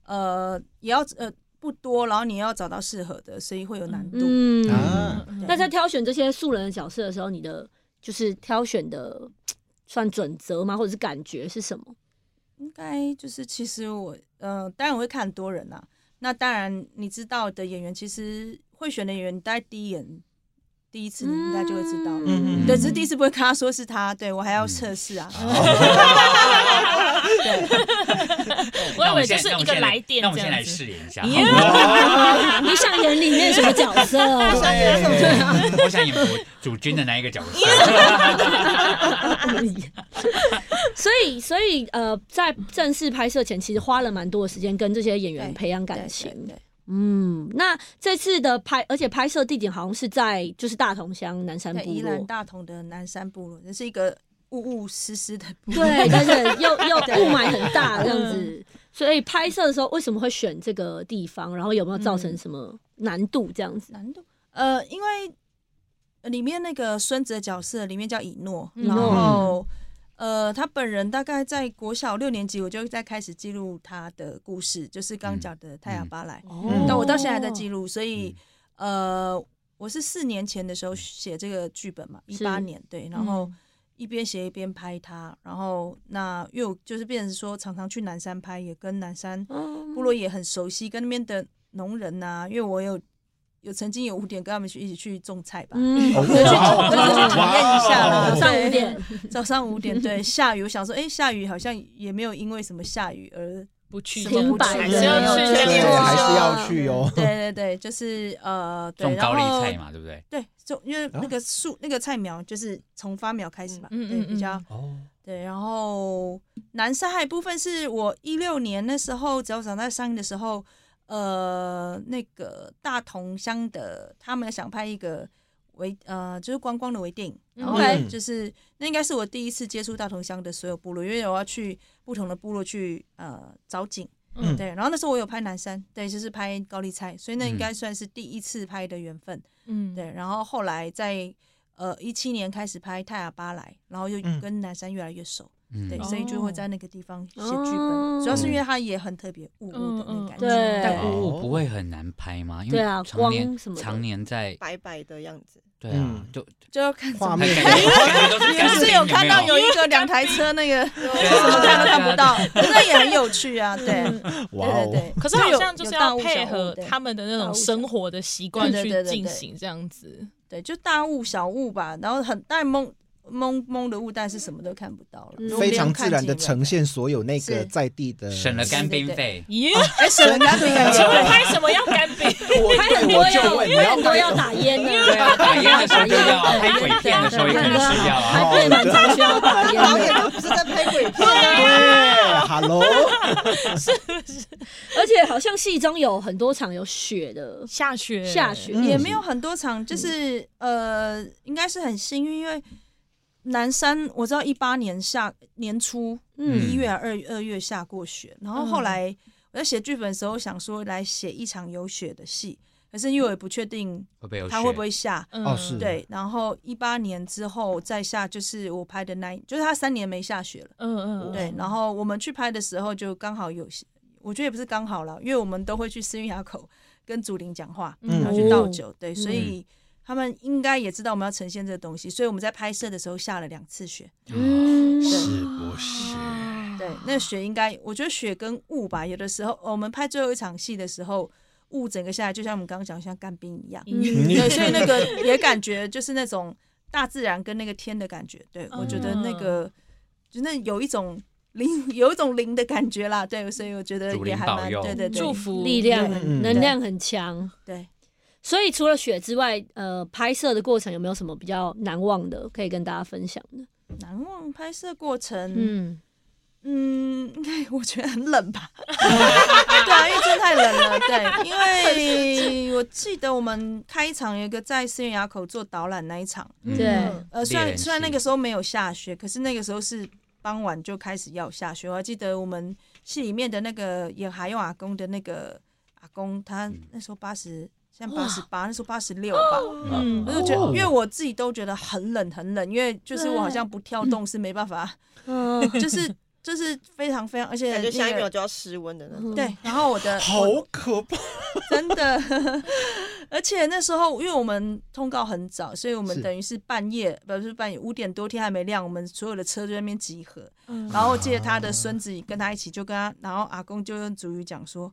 Speaker 6: 呃，也要呃不多，然后你要找到适合的，所以会有难度。
Speaker 1: 嗯
Speaker 2: 啊，
Speaker 6: 对
Speaker 1: 那在挑选这些素人的角色的时候，你的就是挑选的算准则吗？或者是感觉是什么？
Speaker 6: 应该就是其实我呃，当然我会看很多人啦、那当然你知道的演员，其实会选的演员，你大概第一眼第一次你应该就会知道了。
Speaker 2: 嗯
Speaker 6: 对，只是第一次不会跟他说是他，对我还要测试啊。
Speaker 2: 哦
Speaker 6: 对，
Speaker 4: 我
Speaker 3: 那
Speaker 4: 以为
Speaker 3: 我们
Speaker 4: 就
Speaker 3: 先
Speaker 4: 是
Speaker 3: 那我
Speaker 4: 一
Speaker 3: 们
Speaker 4: 个
Speaker 3: 先
Speaker 4: 来电
Speaker 3: 那我们
Speaker 4: 这
Speaker 3: 先
Speaker 4: 样
Speaker 3: 来
Speaker 4: 子。
Speaker 3: 试演一下。
Speaker 4: 耶
Speaker 1: 你想演里面什么角 色？
Speaker 2: 对，
Speaker 3: 我想演国主君的那一个角色，
Speaker 1: 所以，所以呃，在正式拍摄前，其实花了蛮多的时间跟这些演员
Speaker 6: 对
Speaker 1: 培养感
Speaker 6: 对
Speaker 1: 情。
Speaker 6: 对对
Speaker 1: 嗯，那这次的拍，而且拍摄地点好像是在就是大同乡南山
Speaker 6: 对，
Speaker 1: 部
Speaker 6: 宜兰
Speaker 1: 落。
Speaker 6: 大同的南山部落，这是一个雾雾湿湿的部 落。
Speaker 1: 对，啊嗯但是又又
Speaker 6: 对
Speaker 1: 雾霾很大这样子，所以拍摄的时候为什么会选这个地方？然后有没有造成什么难度这样子？
Speaker 6: 难度？呃，因为呃里面那个孙子的角色里面叫以诺，
Speaker 1: 嗯以
Speaker 6: 然
Speaker 1: 诺
Speaker 6: 后呃，他本人大概在国小六年级，我就在开始记录他的故事，就是刚讲的泰雅巴莱。
Speaker 1: 哦嗯
Speaker 6: 但我到现在还在记录，所以呃，我是四年前的时候写这个剧本嘛，一
Speaker 1: 是嗯
Speaker 6: 八年对，然后一边写一边拍他，然后那因为我就是变成说常常去南山拍，也跟南山
Speaker 1: 嗯
Speaker 6: 部落也很熟悉，跟那边的农人呐、因为我有有曾经有五点跟他们去一起去种菜吧，
Speaker 1: 嗯，
Speaker 2: 哦
Speaker 6: 我就是去体验一下啦。
Speaker 1: 早上五点，
Speaker 6: 对，早上五点，对，下雨，我想说，哎、下雨好像也没有因为什么下雨而，
Speaker 4: 不去
Speaker 6: 什
Speaker 4: 就
Speaker 6: 么
Speaker 1: 停
Speaker 4: 不去，
Speaker 1: 摆
Speaker 4: 还
Speaker 1: 的
Speaker 4: 是要去
Speaker 1: 对
Speaker 4: 这样
Speaker 2: 对，
Speaker 4: 子
Speaker 2: 还是要去哦。
Speaker 6: 对对对，就是呃，对，
Speaker 3: 种
Speaker 6: 然
Speaker 3: 高丽
Speaker 6: 后
Speaker 3: 菜嘛，对不对？
Speaker 6: 对，就因为那个树、那个菜苗就是从发苗开始嘛，
Speaker 4: 嗯嗯嗯
Speaker 6: 对，比较
Speaker 2: 哦，
Speaker 6: 对，然后南沙海部分是我一六年那时候，只要长在上映的时候，呃，那个大同乡的他们想拍一个微呃，就是观光的微电影，然
Speaker 4: 嗯
Speaker 6: 后
Speaker 1: OK
Speaker 6: 就是那应该是我第一次接触大同乡的所有部落，因为我要去不同的部落去呃找景，
Speaker 2: 嗯
Speaker 6: 对，然后那时候我有拍南山，对，就是拍高丽菜，所以那应
Speaker 3: 嗯
Speaker 6: 该算是第一次拍的缘分。
Speaker 4: 嗯，
Speaker 6: 对，然后后来在呃一七年开始拍泰雅巴莱，然后又
Speaker 2: 嗯
Speaker 6: 跟南山越来越熟，
Speaker 3: 嗯
Speaker 6: 对，
Speaker 4: 哦
Speaker 6: 所以就会在那个地方写剧本，
Speaker 1: 哦
Speaker 6: 主要是因为它也很特别，雾雾的那个感觉，
Speaker 1: 嗯嗯
Speaker 3: 但
Speaker 1: 对
Speaker 3: 雾雾不会很难拍吗？因为
Speaker 1: 对啊
Speaker 3: 常年
Speaker 1: 光什么的
Speaker 3: 常年在
Speaker 5: 白白的样子，
Speaker 3: 对啊
Speaker 2: 嗯，
Speaker 3: 就
Speaker 6: 就要看怎
Speaker 2: 画
Speaker 6: 么。
Speaker 2: 面
Speaker 3: 感觉感觉都是
Speaker 6: 你不是有看到有一个两台车那
Speaker 4: 哦
Speaker 6: 个，什么
Speaker 4: 啊
Speaker 6: 看都看不到，那也很有趣啊，对，
Speaker 2: 哇
Speaker 6: 对对
Speaker 2: 哦，
Speaker 6: 对。
Speaker 4: 嗯可是好
Speaker 6: 有
Speaker 4: 像就是
Speaker 6: 有大
Speaker 4: 要
Speaker 6: 雾小
Speaker 4: 配
Speaker 6: 雾
Speaker 4: 合
Speaker 6: 哦对
Speaker 4: 他们的那
Speaker 6: 大雾
Speaker 4: 种
Speaker 6: 小
Speaker 4: 生活的习惯
Speaker 6: 对对
Speaker 4: 去
Speaker 6: 对对
Speaker 4: 进
Speaker 6: 对哦
Speaker 4: 行这样子。
Speaker 6: 对，就大雾小雾吧，然后很但蒙蒙蒙的雾，但是什么都看不到了，
Speaker 1: 嗯
Speaker 6: 如果
Speaker 2: 非
Speaker 6: 没有
Speaker 2: 常
Speaker 6: 看
Speaker 2: 自然的
Speaker 6: 景
Speaker 2: 呈现所有那个
Speaker 6: 是
Speaker 2: 在地的，
Speaker 3: 省了干冰费，
Speaker 4: 咦，
Speaker 6: 哎，省了干冰啊，
Speaker 4: 请问拍什么要干冰？
Speaker 1: 拍很多
Speaker 2: 我就
Speaker 1: 要，
Speaker 2: 问你要
Speaker 1: 拍很多
Speaker 2: 拍
Speaker 1: 要打烟的，
Speaker 3: 对啊，打烟的时候就要，拍鬼片的时候也可能需要啊。
Speaker 1: 拍片蛮常需要打烟
Speaker 5: 导演
Speaker 1: 的，
Speaker 5: 都不是在拍鬼片
Speaker 2: 对
Speaker 5: 啊，
Speaker 2: ，Hello，
Speaker 1: 而且好像戏中有很多场有雪的，
Speaker 4: 下雪，
Speaker 1: 下雪
Speaker 2: 嗯
Speaker 6: 也没有很多场，就是、呃，应该是很幸运，因为南山我知道一八年下年初
Speaker 1: 嗯
Speaker 6: 一月啊二二月下过雪，然后后来我在写剧本的时候想说来写一场有雪的戏，可是因为我也不确定
Speaker 3: 会不会有
Speaker 6: 它会不会下。
Speaker 4: 嗯，
Speaker 2: 哦是
Speaker 6: 对，然后一八年之后再下，就是我拍的那一，就是他三年没下雪了。
Speaker 4: 嗯嗯，嗯
Speaker 6: 对，然后我们去拍的时候就刚好有，我觉得也不是刚好啦，因为我们都会去思韵垭口跟祖林讲话，
Speaker 4: 嗯
Speaker 6: 然后去倒
Speaker 1: 哦
Speaker 6: 酒，对，所以他们应该也知道我们要呈现这个东西，所以我们在拍摄的时候下了两次雪，
Speaker 1: 嗯，
Speaker 3: 是不是？
Speaker 6: 对，那个雪应该，我觉得雪跟雾吧，有的时候呃我们拍最后一场戏的时候，雾整个下来，就像我们刚刚讲，像干冰一样，
Speaker 1: 嗯
Speaker 6: 对，所以那个也感觉就是那种大自然跟那个天的感觉，对我觉得那个就那有一种灵， 有一种灵的感觉啦，对，所以我觉得
Speaker 3: 主
Speaker 6: 也
Speaker 3: 灵
Speaker 6: 还
Speaker 3: 保
Speaker 6: 蛮
Speaker 3: 佑
Speaker 6: 对对对，
Speaker 4: 祝福
Speaker 1: 嗯力量
Speaker 2: 嗯
Speaker 1: 能量很强。
Speaker 6: 对，
Speaker 1: 所以除了雪之外，呃，拍摄的过程有没有什么比较难忘的可以跟大家分享的？
Speaker 6: 难忘拍摄过程，嗯
Speaker 1: 嗯，
Speaker 6: 嗯，应该 我觉得很冷吧， 对啊，因为真的太冷了，对，因为 我记得我们开场有一个在四元崖口做导览那一场，
Speaker 3: 嗯
Speaker 1: 对
Speaker 6: 呃，虽
Speaker 3: 猎
Speaker 6: 然
Speaker 3: 人
Speaker 6: 虽然那
Speaker 3: 戏
Speaker 6: 个时候没有下雪，可是那个时候是傍晚就开始要下雪。我还记得我们戏里面的那个也还有阿公的那个阿公，他
Speaker 3: 嗯
Speaker 6: 那时候八十，现在
Speaker 1: 哇
Speaker 6: 八十八，那时候八十六吧。
Speaker 5: 哦
Speaker 4: 嗯
Speaker 6: 我就觉得，因为我自己都觉得很冷很冷，因为就是我好像不跳动是没办法，
Speaker 1: 嗯，
Speaker 6: 就是就是非常非常，而且
Speaker 5: 感
Speaker 6: 那
Speaker 5: 觉下一
Speaker 6: 个
Speaker 5: 秒就要失温的那种。
Speaker 6: 对，然后我的
Speaker 2: 好可怕，
Speaker 6: 真的， 而且那时候因为我们通告很早，所以我们
Speaker 2: 是
Speaker 6: 等于是半夜，不是半夜五点多天还没亮，我们所有的车就在那边集合。
Speaker 2: 嗯
Speaker 6: 然后我记得他
Speaker 2: 啊
Speaker 6: 的孙子跟他一起，就跟他，然后阿公就用主语讲说：“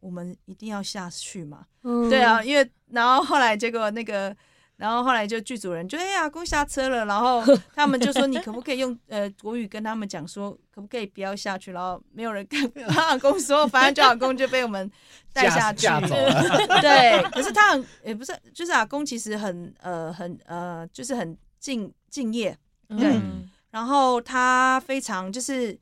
Speaker 6: 我们一定要下去嘛。”
Speaker 1: 嗯
Speaker 6: 对啊，，因为然后后来结果那个，然后后来就剧组人就哎呀，阿公下车了，然后他们就说你可不可以用呃国语跟他们讲说，可不可以不要下去？然后没有人敢，然后阿公说，反正就阿公就被我们带下去
Speaker 2: 架架走了，
Speaker 6: 对，可是他很也不是，就是阿公其实很呃很呃就是很敬敬业，对
Speaker 4: 嗯
Speaker 6: 然后他非常就是，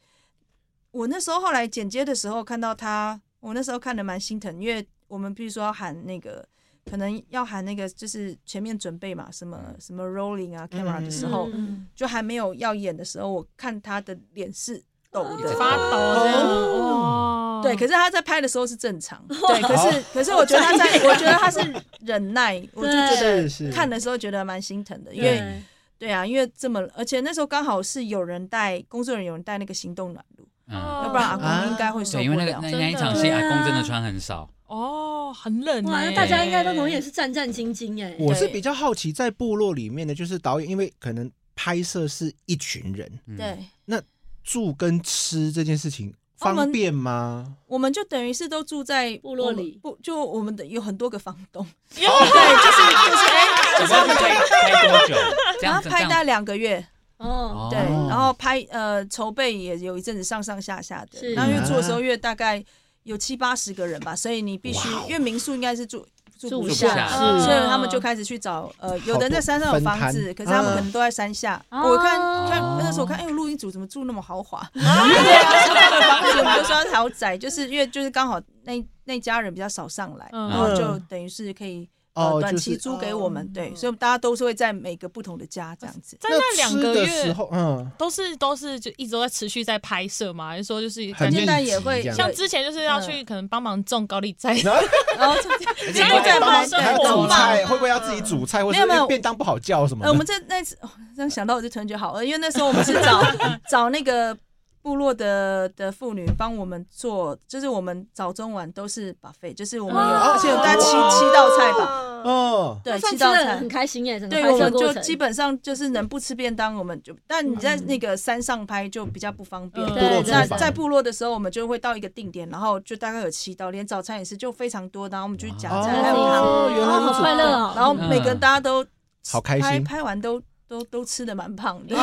Speaker 6: 我那时候后来剪接的时候看到他，我那时候看的蛮心疼，因为我们比如说要喊那个，可能要喊那个就是前面准备嘛，什么什么 rolling 啊 camera 的时候，
Speaker 1: 嗯
Speaker 6: 就还没有要演的时候，我看他的脸是抖
Speaker 3: 哦
Speaker 6: 的。
Speaker 4: 发
Speaker 2: 哦
Speaker 4: 抖这样，
Speaker 1: 哦
Speaker 4: 哇
Speaker 6: 对，可是他在拍的时候是正 常，对，可是可是我觉得他在，我觉得他是忍耐，我就觉
Speaker 2: 是
Speaker 6: 得
Speaker 2: 是
Speaker 6: 看的时候觉得蛮心疼的，因为
Speaker 1: 对，
Speaker 6: 对啊，因为这么，而且那时候刚好是有人带工作人员有人带那个行动暖炉，
Speaker 3: 嗯，
Speaker 4: 哦
Speaker 6: 要不然阿公应该会受
Speaker 3: 对，因
Speaker 6: 不
Speaker 3: 为那个
Speaker 6: 了。
Speaker 3: 那
Speaker 4: 真的
Speaker 3: 那一场戏，阿公真的穿很少，
Speaker 4: 哦，很
Speaker 6: 嗯
Speaker 4: 冷
Speaker 1: 哇，
Speaker 4: 欸
Speaker 1: 那大家应该都同意也是战战兢兢哎，
Speaker 2: 我是
Speaker 6: 对
Speaker 2: 比较好奇，在部落里面的，就是导演，因为可能拍摄是一群人，
Speaker 3: 嗯，
Speaker 6: 对，
Speaker 2: 住跟吃这件事情
Speaker 6: 我们
Speaker 2: 方便吗？
Speaker 6: 我们就等于是都住在
Speaker 1: 部落里
Speaker 6: 我们不就我们的有很多个房东，
Speaker 4: 啊
Speaker 3: 怎么会拍多久？这
Speaker 6: 然
Speaker 3: 样
Speaker 6: 后
Speaker 3: 子
Speaker 6: 拍
Speaker 3: 这
Speaker 6: 大概
Speaker 3: 样
Speaker 6: 两个月，
Speaker 1: 哦，
Speaker 6: 对，然后拍呃筹备也有一阵子上上下下的
Speaker 1: 是，
Speaker 6: 然后越做的时候越大概有七八十个人吧，所以你必须因为民宿应该是住
Speaker 1: 住
Speaker 6: 住不
Speaker 1: 不下
Speaker 6: 下，
Speaker 1: 是
Speaker 6: 所以他们就开始去找，呃，有的人在山上有房子，
Speaker 2: 分摊
Speaker 6: 可是他们
Speaker 2: 嗯
Speaker 6: 可能都在山下。
Speaker 1: 哦
Speaker 6: 我看看那时候我看，哎呦，录音组怎么住那么豪华？ 对啊，他们的房子我们就说豪宅，就是因为就是刚好那那家人比较少上来，
Speaker 4: 嗯
Speaker 6: 然后就等于是可以呃
Speaker 2: 哦，
Speaker 6: 短
Speaker 2: 就
Speaker 6: 期
Speaker 2: 是
Speaker 6: 租给我们
Speaker 5: 哦，
Speaker 6: 对，所以我们大家都是会在每个不同的家这样子。
Speaker 4: 在那两
Speaker 2: 吃
Speaker 4: 个
Speaker 2: 的时
Speaker 4: 月
Speaker 2: 候， 嗯，
Speaker 4: 都是都是就一直都在持续在拍摄嘛，还是说就是
Speaker 2: 很
Speaker 4: 感觉
Speaker 6: 现
Speaker 2: 密
Speaker 6: 在
Speaker 2: 集
Speaker 6: 也会
Speaker 2: 这样
Speaker 4: 像之前就是要去可能帮忙种高丽菜，
Speaker 2: 然后
Speaker 6: 然后
Speaker 3: 而且
Speaker 6: 现
Speaker 3: 你会
Speaker 6: 在
Speaker 3: 在拍
Speaker 6: 在忙
Speaker 3: 摄
Speaker 2: 还要煮
Speaker 6: 懂吧
Speaker 2: 菜，会不会要自己煮菜，或
Speaker 6: 没有没有
Speaker 2: 者便当不好叫什么
Speaker 6: 呃，
Speaker 2: 的
Speaker 6: 我们？这那次、 哦、这样想到我就突然觉得好饿，因为那时候我们是找找那个部落的的妇女帮我们做，就是我们早中晚都是 buffet，就是我们有、
Speaker 1: 哦
Speaker 6: 而且有大概七
Speaker 2: 哇
Speaker 6: 七道菜吧，
Speaker 5: 吧。
Speaker 2: 哦，
Speaker 6: 对，
Speaker 1: 算
Speaker 6: 七
Speaker 1: 吃
Speaker 6: 道
Speaker 1: 的
Speaker 6: 菜
Speaker 1: 很。开心哎，整个
Speaker 6: 对，
Speaker 1: 拍
Speaker 6: 我
Speaker 1: 摄
Speaker 6: 们
Speaker 1: 过
Speaker 6: 就
Speaker 1: 程嗯
Speaker 6: 基本上就是能不吃便当，我们就但你在那个山上拍就比较不方便。
Speaker 4: 嗯
Speaker 2: 部落
Speaker 1: 对
Speaker 2: 厨
Speaker 6: 那
Speaker 2: 房
Speaker 6: 在部落的时候，我们就会到一个定点，然后就大概有七道，连早餐也是就非常多，然后我们就去夹
Speaker 2: 哦
Speaker 6: 菜，还有汤。
Speaker 2: 原来
Speaker 1: 哦
Speaker 2: 如
Speaker 1: 好
Speaker 2: 此
Speaker 1: 快乐哦，
Speaker 6: 然后每个人
Speaker 2: 嗯
Speaker 6: 大家都
Speaker 2: 好开
Speaker 6: 拍
Speaker 2: 心，
Speaker 6: 拍完都都都吃的蛮胖 的，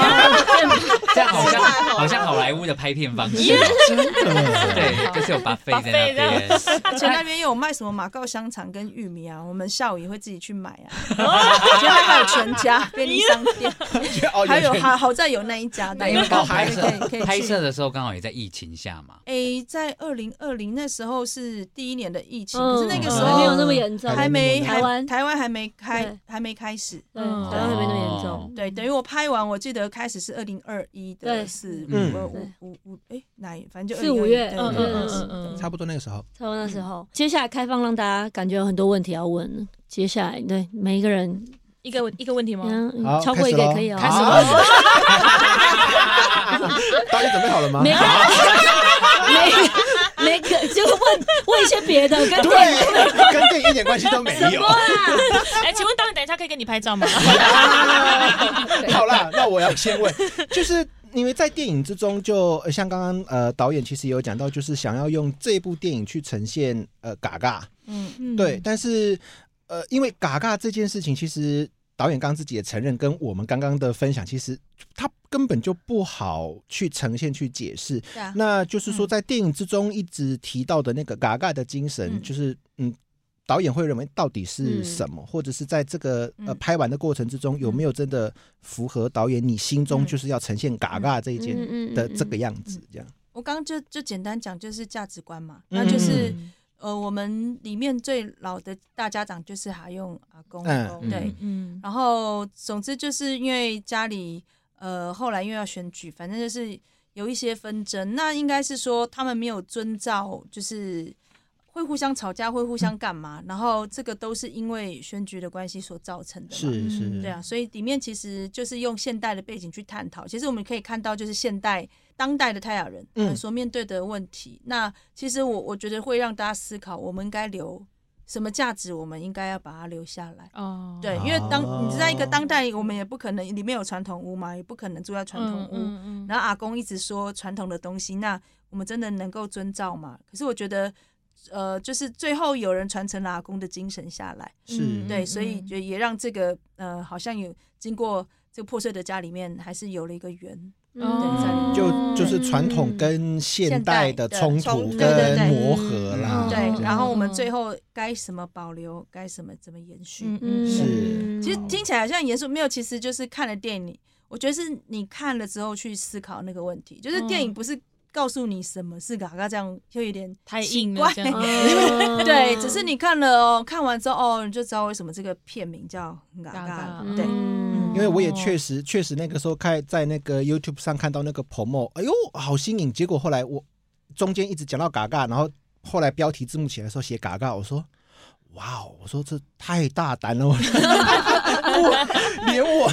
Speaker 3: 这样好像
Speaker 5: 太好了
Speaker 3: 好像好莱坞的拍片方式，
Speaker 2: 真的，
Speaker 3: 对，就是有 buffet 在
Speaker 4: buffet 这
Speaker 3: 那边
Speaker 4: 样，
Speaker 6: 而且那边有卖什么马告香肠跟玉米 啊，我们下午也会自己去买啊。而且还有全 家便利商店，
Speaker 2: 哦，
Speaker 6: 还有
Speaker 2: 全
Speaker 6: 好好在有那一家
Speaker 3: 那
Speaker 6: 的，
Speaker 3: 因为刚好拍
Speaker 6: 可以可
Speaker 3: 摄
Speaker 6: 以
Speaker 3: 拍
Speaker 6: 可以
Speaker 3: 摄
Speaker 6: 去。
Speaker 3: 的时候刚好也在疫情下嘛，
Speaker 6: 诶，在二零二零那时候是第一年的疫情，
Speaker 1: 嗯
Speaker 6: 可是那个时
Speaker 1: 还没有
Speaker 6: 候
Speaker 1: 那么严重，
Speaker 6: 还没
Speaker 1: 台湾
Speaker 6: 还台湾还没开
Speaker 1: 对
Speaker 6: 还没开始，
Speaker 1: 对，
Speaker 4: 嗯
Speaker 1: 台湾还没那么严
Speaker 2: 哦
Speaker 1: 重，
Speaker 6: 对，等于我拍完，我记得开始是二零二一
Speaker 1: 对
Speaker 6: 的四
Speaker 3: 嗯
Speaker 6: 五五五五，哎，哪一反正就
Speaker 1: 四五
Speaker 6: 2021
Speaker 1: 月
Speaker 6: 对
Speaker 1: 嗯
Speaker 6: 对
Speaker 1: 嗯
Speaker 6: 对
Speaker 1: 嗯
Speaker 4: 嗯
Speaker 6: 对
Speaker 2: 差不多那个时候，
Speaker 1: 差不多那时候。接下来开放让大家感觉有很多问题要问，接下来对每一个人，
Speaker 4: 一个一个问题吗？
Speaker 1: 嗯
Speaker 2: 好
Speaker 1: 超过一个也可以哦，
Speaker 2: 开始咯 导演准备好了吗？
Speaker 1: 每个人每每个就问问一些别的，跟电影
Speaker 2: 对，跟电影一点关系都没有。
Speaker 6: 啊
Speaker 4: 哎，请问导演，等一下可以跟你拍照 吗？
Speaker 2: 好啦，那我要先问，就是因为在电影之中就，呃像刚刚呃导演其实有讲到，就是想要用这部电影去呈现呃嘎嘎，
Speaker 6: 嗯，
Speaker 2: 对，，但是呃，因为嘎嘎这件事情，其实导演刚自己也承认，跟我们刚刚的分享，其实他根本就不好去呈现、去解释。
Speaker 6: 对啊，
Speaker 2: 那就是说，在电影之中一直提到的那个嘎嘎的精神，
Speaker 6: 嗯
Speaker 2: 就是嗯，导演会认为到底是什么，或者是在这个呃
Speaker 6: 嗯
Speaker 2: 拍完的过程之中有没有真的符合导演你心中
Speaker 6: 嗯
Speaker 2: 就是要呈现嘎嘎这一件
Speaker 1: 嗯
Speaker 2: 的这个样子这样。
Speaker 6: 我刚刚就就简单讲，就是价值观嘛，
Speaker 2: 嗯
Speaker 6: 那就是、呃，我们里面最老的大家长就是还用阿公，
Speaker 2: 嗯
Speaker 6: 阿公
Speaker 3: 嗯
Speaker 6: 对，
Speaker 4: 嗯
Speaker 6: 然后总之就是因为家里呃后来因为要选举，反正就是有一些纷争。那应该是说他们没有遵照，就是会互相吵架，会互相干嘛？然后这个都是因为选举的关系所造成的嘛。
Speaker 2: 是是，
Speaker 4: 嗯
Speaker 6: 对啊，所以里面其实就是用现代的背景去探讨。其实我们可以看到，就是现代当代的泰雅人
Speaker 2: 嗯
Speaker 6: 呃所面对的问题。那其实我我觉得会让大家思考，我们应该留什么价值，我们应该要把它留下来。
Speaker 4: 哦
Speaker 6: 对，因为当你知道一个
Speaker 2: 哦
Speaker 6: 当代，我们也不可能里面有传统屋嘛，也不可能住在传统屋。
Speaker 4: 嗯嗯
Speaker 6: 然后阿公一直说传统的东西，那我们真的能够遵照吗？可是我觉得，呃，就是最后有人传承了阿公的精神下来，
Speaker 2: 是
Speaker 6: 对，
Speaker 4: 嗯
Speaker 6: 所以就也让这个呃，好像有经过这个破碎的家里面，还是有了一个圆。
Speaker 4: 哦
Speaker 2: 就就是传统跟现代的冲突跟磨合
Speaker 4: 哦。
Speaker 2: 啦
Speaker 6: 对，
Speaker 4: 嗯
Speaker 6: 然后我们
Speaker 4: 嗯
Speaker 6: 最后该什么保留，该什么怎么延续。
Speaker 4: 嗯哦
Speaker 2: 是
Speaker 6: 其实听起来好像很严肃，没有，其实就是看了电影，我觉得是你看了之后去思考那个问题，就是电影
Speaker 4: 嗯
Speaker 6: 不是告诉你什么是嘎嘎，这样就有点
Speaker 4: 太
Speaker 6: 奇
Speaker 4: 硬了
Speaker 6: 怪
Speaker 4: 这样嗯
Speaker 1: 嗯
Speaker 6: 对，只是你看了哦，看完之后哦，你就知道为什么这个片名叫嘎
Speaker 4: 嘎
Speaker 6: 嘎
Speaker 4: 嘎，
Speaker 6: 对，
Speaker 1: 嗯
Speaker 2: 因为我也
Speaker 4: 哦
Speaker 2: 确实确实那个时候看在那个 YouTube 上看到那个 promo，哎呦好新颖。结果后来我中间一直讲到嘎嘎，然后后来标题字幕起来的时候写嘎嘎，我说哇哦，我说这太大胆了，我我 连我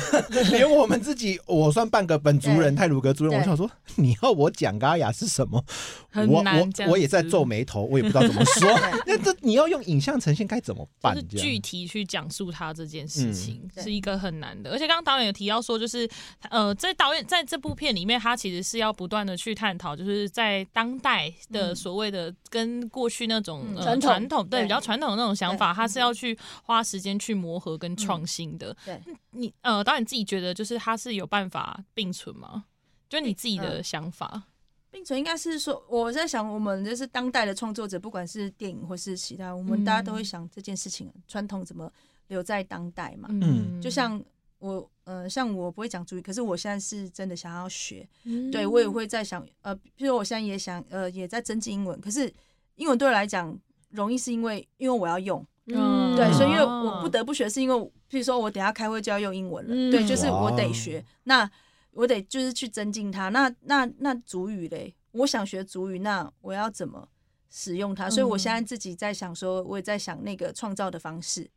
Speaker 2: 连我们自己，我算半个本族人，泰鲁格族人，
Speaker 6: 对
Speaker 2: 我想说你要我讲嘎雅是什么？
Speaker 4: 很
Speaker 2: 我
Speaker 4: 难这样
Speaker 2: 我我也在
Speaker 4: 子
Speaker 2: 皱眉头，我也不知道怎么 说。那这你要用影像呈现该怎么办
Speaker 4: 就是？
Speaker 2: 这样嗯
Speaker 4: 具体去讲述他这件事情、
Speaker 6: 对
Speaker 4: 是一个很难的，而且刚刚导演有提到说，就是呃，在导演在这部片里面，他其实是要不断的去探讨，就是在当代的
Speaker 6: 嗯
Speaker 4: 所谓的跟过去那种、
Speaker 6: 嗯
Speaker 4: 呃
Speaker 1: 传统
Speaker 4: 传统对
Speaker 6: 对
Speaker 4: 比较传统的那种想法，
Speaker 6: 对嗯
Speaker 4: 他是要去花时间去磨合跟创新的。
Speaker 6: 对
Speaker 4: 你呃，导演自己觉得就是他是有办法并存吗？就你自己的
Speaker 6: 嗯
Speaker 4: 想法，
Speaker 6: 并存应该是说，我在想，我们就是当代的创作者，不管是电影或是其他，我们
Speaker 4: 嗯
Speaker 6: 大家都会想这件事情，传统怎么留在当代嘛？
Speaker 2: 嗯
Speaker 6: 就像我，呃，像我不会讲主语，可是我现在是真的想要学，对我也会在想，呃，譬如我现在也想，呃，也在增进英文，可是英文对我来讲容易，是因为因为我要用，
Speaker 1: 嗯
Speaker 6: 对，
Speaker 2: 嗯
Speaker 6: 所以因为
Speaker 4: 哦
Speaker 6: 我不得不学，是因为我譬如说我等一下开会就要用英文了，
Speaker 1: 嗯
Speaker 6: 对，就是我
Speaker 2: 哇
Speaker 6: 得学，那我得就是去增进它。那那那主语嘞，我想学主语，那我要怎么使用它？所以我现在
Speaker 4: 嗯
Speaker 6: 自己在想说，我也在想那个创造的方式。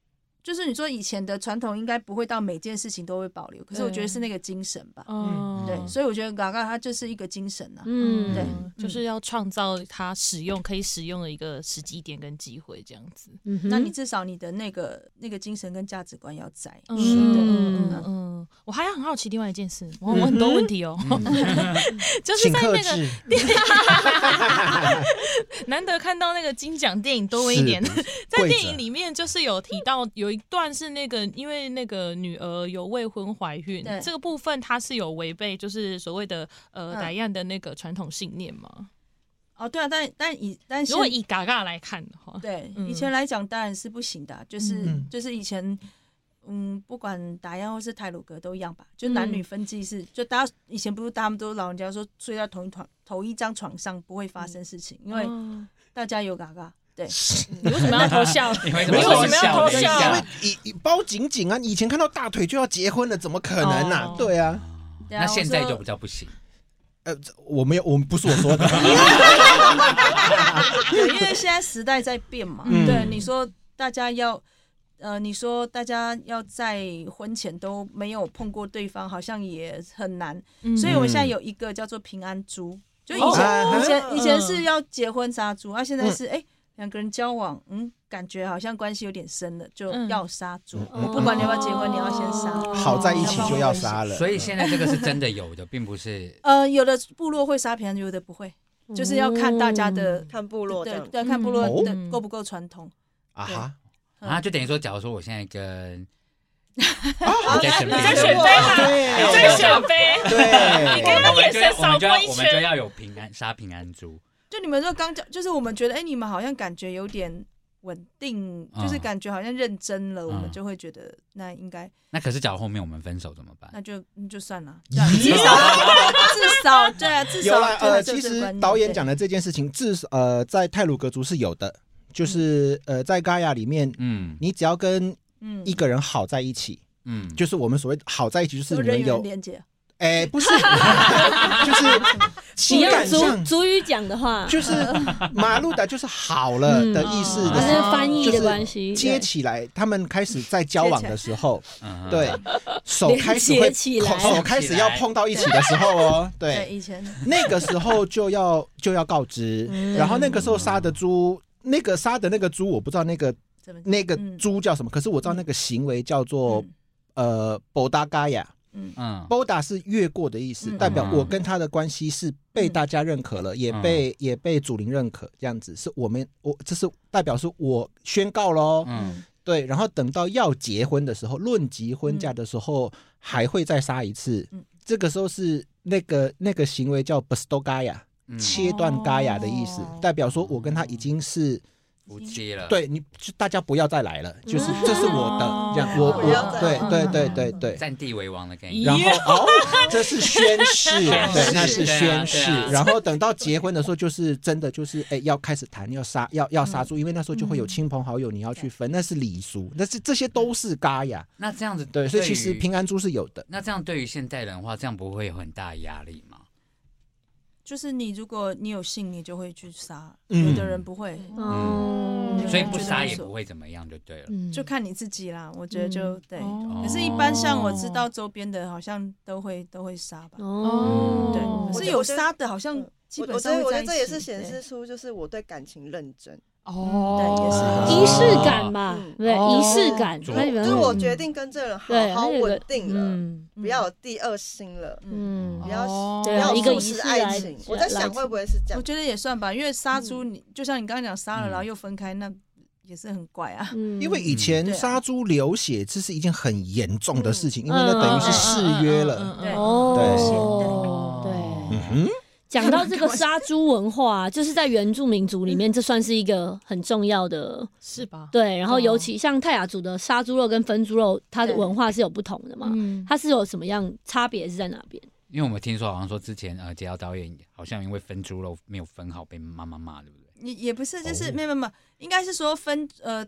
Speaker 6: 就是你说以前的传统应该不会到每件事情都会保留，可是我觉得是那个精神吧。
Speaker 4: 嗯
Speaker 6: 对，所以我觉得嘎嘎它就是一个精神啊。
Speaker 1: 嗯
Speaker 6: 对
Speaker 4: 就是要创造他使用可以使用的一个时机点跟机会，这样子。
Speaker 1: 嗯哼
Speaker 6: 那你至少你的那个那个精神跟价值观要在。
Speaker 4: 嗯
Speaker 1: 是的
Speaker 4: 嗯嗯嗯，我还很好奇另外一件事，我我很多问题哦， 就是
Speaker 2: 请
Speaker 4: 在
Speaker 2: 克
Speaker 4: 那个
Speaker 2: 制，
Speaker 4: 难得看到那个金奖电影多问一
Speaker 2: 是
Speaker 4: 点，
Speaker 2: 不是
Speaker 4: 在
Speaker 2: 跪
Speaker 4: 电
Speaker 2: 着
Speaker 4: 影里面就是有提到有一段是那个因为那个女儿有未婚怀孕
Speaker 6: 对
Speaker 4: 这个部分，它是有违背就是所谓的呃
Speaker 6: 嗯
Speaker 4: 莱亚的那个传统信念嘛？
Speaker 6: 哦，对啊，但但以但
Speaker 4: 如果
Speaker 6: 现
Speaker 4: 以嘎嘎来看的 话，
Speaker 6: 对，
Speaker 4: 嗯
Speaker 6: 以前来讲当然是不行的啊，就是、
Speaker 2: 嗯
Speaker 6: 就是以前，嗯，不管打样或是泰鲁格都一样吧，就男女分居是，就大家以前不是他们都老人家说睡在同一床同一张床上不会发生事情，因为
Speaker 4: 哦
Speaker 6: 大家有嘎嘎，对，
Speaker 4: 你为什么要偷 笑？
Speaker 3: 你为
Speaker 4: 你
Speaker 3: 什么
Speaker 4: 为
Speaker 3: 要
Speaker 4: 什么要偷
Speaker 3: 等一下
Speaker 2: 因为
Speaker 4: 笑？
Speaker 2: 以以包紧紧啊，你以前看到大腿就要结婚了，怎么可能呐、
Speaker 4: 哦
Speaker 2: 对啊，
Speaker 6: 对啊
Speaker 3: 那现在
Speaker 6: 我
Speaker 3: 就
Speaker 6: 说
Speaker 3: 比较不行，
Speaker 2: 呃，这我没有，我不是我说的，
Speaker 6: 对，因为现在时代在变嘛，
Speaker 2: 嗯
Speaker 6: 对，你说大家要。呃，你说大家要在婚前都没有碰过对方，好像也很难。
Speaker 4: 嗯
Speaker 6: 所以我们现在有一个叫做平安猪，就以前、
Speaker 2: 哦
Speaker 6: 以前以前
Speaker 4: 嗯
Speaker 6: 是要结婚杀猪，那、现在是哎两、个人交往，嗯，感觉好像关系有点深了，就
Speaker 4: 嗯
Speaker 6: 要杀猪。
Speaker 2: 嗯
Speaker 6: 我不管你要不要结婚，
Speaker 1: 哦
Speaker 6: 你要先杀。
Speaker 2: 好在一起就要杀了，
Speaker 3: 所以现在这个是真的有的，并不是
Speaker 6: 呃，有的部落会杀平安猪，有的不会，就是要看大家
Speaker 1: 哦
Speaker 6: 的，
Speaker 5: 看部落这
Speaker 6: 对
Speaker 5: 样，
Speaker 6: 对，看部落的
Speaker 4: 哦
Speaker 2: 哦
Speaker 4: 嗯
Speaker 6: 够不够传统。
Speaker 2: 啊哈，
Speaker 6: 嗯
Speaker 3: 啊，就等于说，假如说我现在跟
Speaker 2: 啊
Speaker 3: 你在选
Speaker 6: 你
Speaker 4: 在
Speaker 3: 边
Speaker 4: 选妃啦
Speaker 3: 我
Speaker 4: 在
Speaker 2: 对
Speaker 4: 选呗。
Speaker 2: 对，
Speaker 4: 刚
Speaker 3: 我
Speaker 4: 刚
Speaker 3: 们
Speaker 4: 眼
Speaker 3: 就
Speaker 4: 神
Speaker 3: 要我
Speaker 4: 扫
Speaker 3: 们就
Speaker 4: 过
Speaker 3: 要
Speaker 4: 一
Speaker 3: 我们就
Speaker 4: 圈，
Speaker 3: 要有平安杀平安猪，
Speaker 6: 就你们说刚讲，就是我们觉得，哎、你们好像感觉有点稳定，
Speaker 2: 啊
Speaker 3: 嗯
Speaker 6: 就是感觉好像认真了，我们
Speaker 3: 嗯
Speaker 6: 就会觉得那应该
Speaker 3: 那可是假如后面我们分手怎么办？
Speaker 6: 那就嗯就算 了，这样至少至少对啊，至
Speaker 2: 有
Speaker 6: 少
Speaker 2: 啦，
Speaker 6: 就还
Speaker 2: 呃，
Speaker 6: 是有
Speaker 2: 其
Speaker 6: 这
Speaker 2: 实
Speaker 6: 个观念
Speaker 2: 导演
Speaker 6: 对
Speaker 2: 讲的这件事情，至少呃，在泰鲁格族是有的，就是呃，在盖亚里面，
Speaker 3: 嗯
Speaker 2: 你只要跟
Speaker 6: 嗯
Speaker 2: 一个人好在一起，
Speaker 3: 嗯，
Speaker 2: 就是我们所谓好在一起，就是
Speaker 6: 有
Speaker 2: 你
Speaker 6: 人
Speaker 2: 们
Speaker 6: 员
Speaker 2: 有，
Speaker 6: 连接，
Speaker 2: 哎，不是，就是
Speaker 1: 你
Speaker 2: 情
Speaker 1: 用
Speaker 2: 感
Speaker 1: 族
Speaker 2: 上，
Speaker 1: 族语讲的话，
Speaker 2: 就是马路的，就是好了的意思
Speaker 1: 它
Speaker 2: 的
Speaker 6: 嗯
Speaker 1: 是
Speaker 2: 时候。
Speaker 1: 啊翻译
Speaker 2: 就
Speaker 1: 的
Speaker 2: 是
Speaker 1: 关系，
Speaker 2: 接起来，他们开始在交往的时候，
Speaker 3: 嗯
Speaker 2: 对，手开始
Speaker 1: 连
Speaker 2: 会
Speaker 1: 接起来
Speaker 2: 口手开始要碰到一起的时候哦，
Speaker 6: 对
Speaker 2: 对，
Speaker 6: 以 前
Speaker 2: 那个时候就要就要告知，然后那个时候杀的猪，那个杀的那个猪，我不知道那个
Speaker 6: 怎么
Speaker 2: 那个
Speaker 6: 嗯
Speaker 2: 猪叫什么，可是我知道那个行为叫做
Speaker 6: 嗯
Speaker 2: 呃 boda gaya。
Speaker 6: 嗯
Speaker 3: 嗯
Speaker 2: boda 是越过的意思，
Speaker 6: 嗯
Speaker 2: 代表我跟他的关系是被大家认可了，也被也被祖灵认可，这样子是我们我这是代表是我宣告喽，
Speaker 3: 嗯
Speaker 2: 对，然后等到要结婚的时候，论及婚
Speaker 5: 嗯
Speaker 2: 嫁的时候，还会再杀一次。
Speaker 6: 嗯
Speaker 2: 这个时候是那个那个行为叫 b s t o g a y a
Speaker 3: 嗯
Speaker 2: 切断 g a y a 的意思，
Speaker 6: 哦
Speaker 2: 代表说我跟他已经是
Speaker 3: 不接了，，
Speaker 2: 对你，就大家不要再来了，就是
Speaker 1: 嗯
Speaker 2: 这是我的，这
Speaker 6: 哦
Speaker 2: 样我
Speaker 5: 哦不要
Speaker 2: 我
Speaker 5: 再
Speaker 2: 对
Speaker 5: 来
Speaker 2: 对对对对。
Speaker 3: 占地为王的概
Speaker 1: 咦
Speaker 3: 念，
Speaker 2: 然后哦，这是宣 誓，
Speaker 3: 宣
Speaker 2: 对，
Speaker 3: 誓
Speaker 2: 那是
Speaker 3: 对啊
Speaker 2: 宣
Speaker 3: 对
Speaker 2: 誓
Speaker 3: 啊。
Speaker 2: 然后等到结婚的时候，就是真的就是哎，要开始谈，要杀，要要杀猪，因为那时候就会有亲朋好友你要去分，那是礼俗，那是这些都是嘎呀。
Speaker 3: 那这样子
Speaker 2: 对，所以其实
Speaker 3: 于
Speaker 2: 平安猪是有的。
Speaker 3: 那这样对于现代人的话，这样不会有很大的压力吗？
Speaker 6: 就是你如果你有性，你就会去杀，
Speaker 2: 嗯
Speaker 6: 有的人不会，
Speaker 1: 哦
Speaker 6: 嗯
Speaker 3: 所以不
Speaker 6: 觉得
Speaker 3: 杀
Speaker 6: 无
Speaker 3: 也
Speaker 6: 所
Speaker 3: 不会怎么样，就对了。
Speaker 1: 嗯
Speaker 6: 就看你自己啦。我觉得
Speaker 5: 嗯
Speaker 6: 就对，
Speaker 4: 哦
Speaker 6: 可是，一般像我
Speaker 2: 哦
Speaker 6: 知道周边的，好像都会都会杀吧。
Speaker 1: 哦，
Speaker 6: 对，
Speaker 4: 哦
Speaker 6: 可
Speaker 5: 我
Speaker 6: 是
Speaker 5: 觉
Speaker 6: 有
Speaker 5: 我觉得
Speaker 6: 杀的，好像
Speaker 5: 嗯
Speaker 6: 基
Speaker 5: 我
Speaker 6: 本
Speaker 5: 我觉
Speaker 6: 上
Speaker 5: 得我
Speaker 6: 会
Speaker 5: 觉
Speaker 6: 在
Speaker 5: 得这也
Speaker 6: 一起
Speaker 5: 是显
Speaker 6: 对
Speaker 5: 示出就是我对感情认真，
Speaker 6: 对也是
Speaker 4: 哦，
Speaker 1: 仪式感嘛，
Speaker 5: 嗯
Speaker 1: 对，
Speaker 4: 哦
Speaker 1: 仪式感，
Speaker 3: 就
Speaker 1: 它里面
Speaker 5: 就是
Speaker 1: 会
Speaker 5: 我
Speaker 1: 嗯
Speaker 5: 决定跟这个人
Speaker 1: 对，
Speaker 5: 好
Speaker 1: 它
Speaker 5: 好
Speaker 1: 有个
Speaker 5: 稳定
Speaker 2: 啊
Speaker 5: 了，
Speaker 1: 嗯
Speaker 5: 不要有第二心了，
Speaker 1: 嗯
Speaker 5: 不，要
Speaker 4: 哦
Speaker 5: 不
Speaker 1: 对啊
Speaker 5: 要
Speaker 1: 一个
Speaker 5: 素
Speaker 1: 仪
Speaker 5: 食
Speaker 1: 式来
Speaker 5: 爱情。我在
Speaker 1: 来
Speaker 5: 想会不会是这样
Speaker 6: 我？觉得也算吧，因为
Speaker 5: 嗯
Speaker 6: 杀猪你就像你刚刚讲杀了，
Speaker 3: 嗯
Speaker 6: 然后又分开，那也是很怪啊。
Speaker 1: 嗯
Speaker 2: 因为以前杀猪流血，这是一件很严重的事情，因为那
Speaker 4: 哦
Speaker 2: 等于是
Speaker 4: 嗯
Speaker 2: 誓约了。
Speaker 6: 对
Speaker 1: 哦，
Speaker 3: 对
Speaker 1: 对
Speaker 2: 嗯。哼，
Speaker 1: 讲到这个杀猪文化、就是在原住民族里面，这算是一个很重要的
Speaker 4: 是吧？
Speaker 1: 对。然后
Speaker 4: 哦
Speaker 1: 尤其像泰雅族的杀猪肉跟分猪肉，它的文化是有不同的嘛？
Speaker 4: 嗯，
Speaker 1: 它是有什么样差别是在哪边？
Speaker 3: 因为我们听说好像说之前呃，杰瑶导演好像因为分猪肉没有分好被妈妈骂，对不对？
Speaker 6: 也也不是，就是
Speaker 3: 哦
Speaker 6: 没有没有没有，应该是说分呃，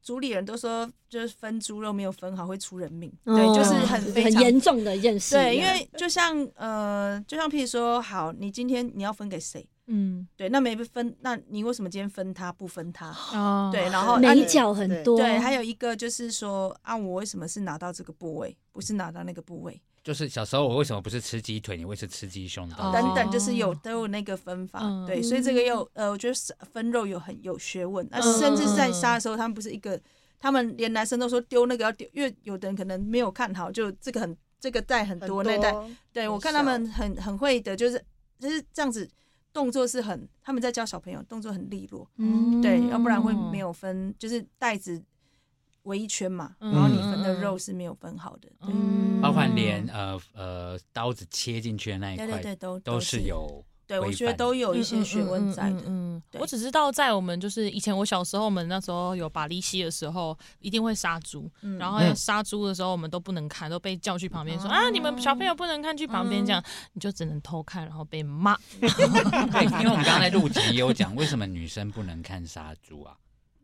Speaker 6: 族里人都说就是分猪肉没有分好会出人命，对，就是
Speaker 1: 哦
Speaker 6: 很非
Speaker 1: 很
Speaker 6: 常
Speaker 1: 严啊重的一件事。
Speaker 6: 对，因为就像呃，就像譬如说，好，你今天你要分给谁？
Speaker 4: 嗯
Speaker 6: 对，那没分，那你为什么今天分他不分他？
Speaker 1: 哦
Speaker 4: 啊，
Speaker 6: 对，然后
Speaker 5: 那
Speaker 1: 美
Speaker 5: 你
Speaker 1: 角很多，
Speaker 6: 呃对，还有一个就是说啊，我为什么是拿到这个部位，不是拿到那个部位？
Speaker 3: 就是小时候我为什么不是吃鸡腿，你会是吃鸡胸的？
Speaker 4: 哦
Speaker 6: 等等，就是有都有那个分法，
Speaker 4: 嗯
Speaker 6: 对，所以这个又呃，我觉得是分肉有很有学问。那、
Speaker 1: 嗯
Speaker 6: 甚至在杀的时候，他们不是一个，他们连男生都说丢那个要丢，因为有的人可能没有看好，就这个很这个带很
Speaker 5: 很
Speaker 6: 多，那带，对
Speaker 5: 很
Speaker 6: 我看
Speaker 5: 少
Speaker 6: 他们很很会的，就是就是这样子，动作是很，他们在教小朋友动作很利落，
Speaker 4: 嗯
Speaker 6: 对，要不然会没，有分，就是袋子围一圈嘛，
Speaker 4: 然
Speaker 2: 然后
Speaker 6: 你分
Speaker 5: 嗯
Speaker 6: 的肉，是没有分好的，对
Speaker 1: 嗯
Speaker 3: 包括连呃呃刀子切进去的那一
Speaker 6: 对
Speaker 3: 块，
Speaker 6: 对对，都
Speaker 3: 都是，有
Speaker 6: 对我
Speaker 3: 规
Speaker 6: 觉得
Speaker 3: 范
Speaker 6: 都有一些学问在
Speaker 4: 嗯
Speaker 6: 的
Speaker 4: 嗯，嗯
Speaker 6: 对
Speaker 4: 我只知道在我们就是以前我小时候，我们那时候有把利息的时候，一定会杀猪，
Speaker 6: 嗯
Speaker 4: 然后要杀猪的时候，我们都不能看，都被叫去旁边说啊，你们小朋友不能看，去旁边这样，你就只能偷看，然后被骂。
Speaker 3: 对，因为我们刚才 录集也有讲，为什么女生不能看杀猪啊？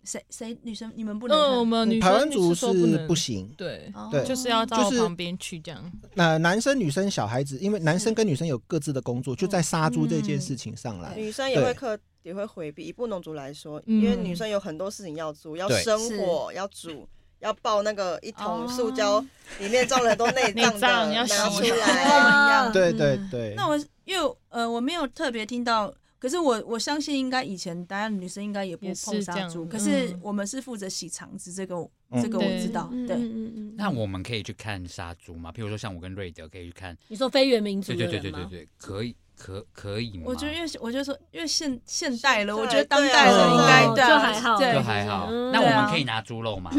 Speaker 6: 谁谁女生你们不能看
Speaker 4: 嗯，我们女
Speaker 2: 台
Speaker 4: 生
Speaker 2: 湾
Speaker 4: 就
Speaker 2: 族
Speaker 4: 是说不
Speaker 2: 是
Speaker 4: 能
Speaker 2: 不，行。
Speaker 4: 对，
Speaker 6: 哦
Speaker 2: 对
Speaker 4: 就是要到
Speaker 2: 就是
Speaker 4: 旁边去这样。
Speaker 2: 那男生、女生、小孩子，因为男生跟女生有各自的工作，就在杀猪这件事情上来。
Speaker 5: 女生也会
Speaker 2: 对
Speaker 5: 克，也会回避。以布农族来说，
Speaker 4: 嗯
Speaker 5: 因为女生有很多事情要做，要
Speaker 2: 对
Speaker 5: 生火，要煮，要爆那个一桶塑胶，里面装了很多内
Speaker 4: 内
Speaker 5: 脏
Speaker 4: 脏
Speaker 5: 的，
Speaker 4: 要
Speaker 5: 拿
Speaker 4: 洗
Speaker 5: 出
Speaker 6: 跟我
Speaker 5: 来。
Speaker 6: 们一样。
Speaker 2: 对对对，
Speaker 6: 那我因为呃我没有特别听到，可是我我相信应该以前当然女生应该也不
Speaker 4: 也是
Speaker 6: 碰
Speaker 4: 这
Speaker 6: 杀
Speaker 4: 样
Speaker 6: 猪，
Speaker 4: 嗯
Speaker 6: 可是我们是负责洗肠子，这个我这个我
Speaker 4: 对
Speaker 6: 知道，
Speaker 1: 嗯
Speaker 6: 对，
Speaker 1: 嗯嗯
Speaker 3: 那我们可以去看杀猪吗？譬如说像我跟瑞德可以去看，
Speaker 1: 你说非原民族
Speaker 3: 对
Speaker 1: 的人
Speaker 3: 对
Speaker 1: 吗？
Speaker 3: 对对对对，可以可可以吗？
Speaker 6: 我觉得因为我就说因为现现代了，
Speaker 5: 现代
Speaker 6: 我觉得当代人
Speaker 5: 对啊
Speaker 6: 应该
Speaker 1: 哦
Speaker 6: 对啊
Speaker 1: 就还好
Speaker 6: 对
Speaker 3: 就还好
Speaker 1: 嗯。
Speaker 3: 那我
Speaker 6: 对
Speaker 3: 们
Speaker 6: 啊
Speaker 3: 可以拿猪肉吗？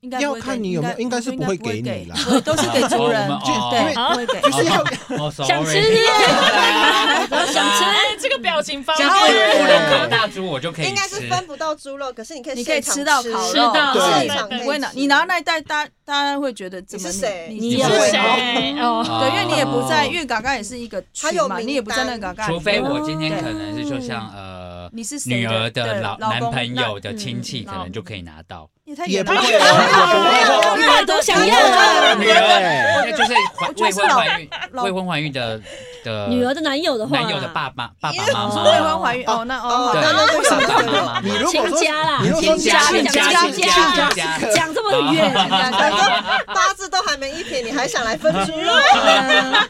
Speaker 6: 应该
Speaker 2: 要
Speaker 6: 不会给
Speaker 2: 看你有没有应该是不
Speaker 6: 不
Speaker 2: 会
Speaker 6: 不会
Speaker 2: 给你啦
Speaker 6: 对 都是给族人，
Speaker 3: 哦我
Speaker 6: 对，
Speaker 3: 们
Speaker 6: 不会给。
Speaker 2: 就是要
Speaker 3: 哦
Speaker 1: 想吃
Speaker 3: ，sorry，
Speaker 1: 想吃
Speaker 4: 哎，这个表情方
Speaker 3: 只要
Speaker 4: 面，
Speaker 3: 是我能烤大猪，我就可以吃。
Speaker 5: 应该是分不到猪肉，可是你可以
Speaker 6: 你可以
Speaker 5: 现场
Speaker 6: 吃到烤肉
Speaker 5: 吃
Speaker 1: 到
Speaker 2: 对
Speaker 5: 现场可
Speaker 4: 对
Speaker 5: 以吃
Speaker 6: 不会拿，你拿那一袋，大大家会觉得怎么
Speaker 5: 你是谁
Speaker 1: 你
Speaker 6: 是
Speaker 1: 有
Speaker 2: 是
Speaker 6: 谁？
Speaker 4: 谁？哦，
Speaker 3: 哦
Speaker 6: 对，因为你也不在，因为嘎嘎也是一个群
Speaker 5: 他有
Speaker 6: 嘛，
Speaker 5: 名
Speaker 6: 你也不在那个嘎
Speaker 5: 单
Speaker 6: 嘎里
Speaker 3: 除
Speaker 6: 面，
Speaker 3: 非我今天可能是就像呃
Speaker 6: 你是谁
Speaker 3: 女儿
Speaker 6: 对
Speaker 3: 的老
Speaker 6: 老
Speaker 3: 男
Speaker 6: 公
Speaker 3: 朋友的
Speaker 6: 那
Speaker 3: 亲戚，
Speaker 6: 嗯
Speaker 3: 可能就可以拿到。
Speaker 6: 也太
Speaker 2: 也
Speaker 6: 远
Speaker 2: 不
Speaker 6: 了
Speaker 2: 会
Speaker 6: 吧。
Speaker 2: 有， 我
Speaker 1: 女儿多想要啊！
Speaker 3: 女儿，那就是怀
Speaker 6: 我觉
Speaker 3: 未
Speaker 6: 得是
Speaker 3: 婚
Speaker 6: 老
Speaker 3: 怀孕、
Speaker 6: 老
Speaker 3: 未婚怀孕的的
Speaker 1: 女儿的男友的话，
Speaker 3: 男友的爸爸、爸爸妈
Speaker 6: 哦
Speaker 3: 妈、
Speaker 6: 未婚怀孕哦，那哦，
Speaker 3: 对
Speaker 5: 那那就
Speaker 3: 爸
Speaker 5: 有
Speaker 3: 爸妈妈。
Speaker 2: 不会。你如果
Speaker 1: 亲
Speaker 2: 说
Speaker 1: 家啦，
Speaker 2: 你如果
Speaker 1: 亲
Speaker 2: 说
Speaker 1: 家，
Speaker 3: 亲家
Speaker 1: 讲
Speaker 3: 亲家
Speaker 1: 亲
Speaker 3: 亲家
Speaker 1: 家，讲这么远，
Speaker 5: 反正 八字都还没一撇，你还想来分猪肉？
Speaker 6: 啊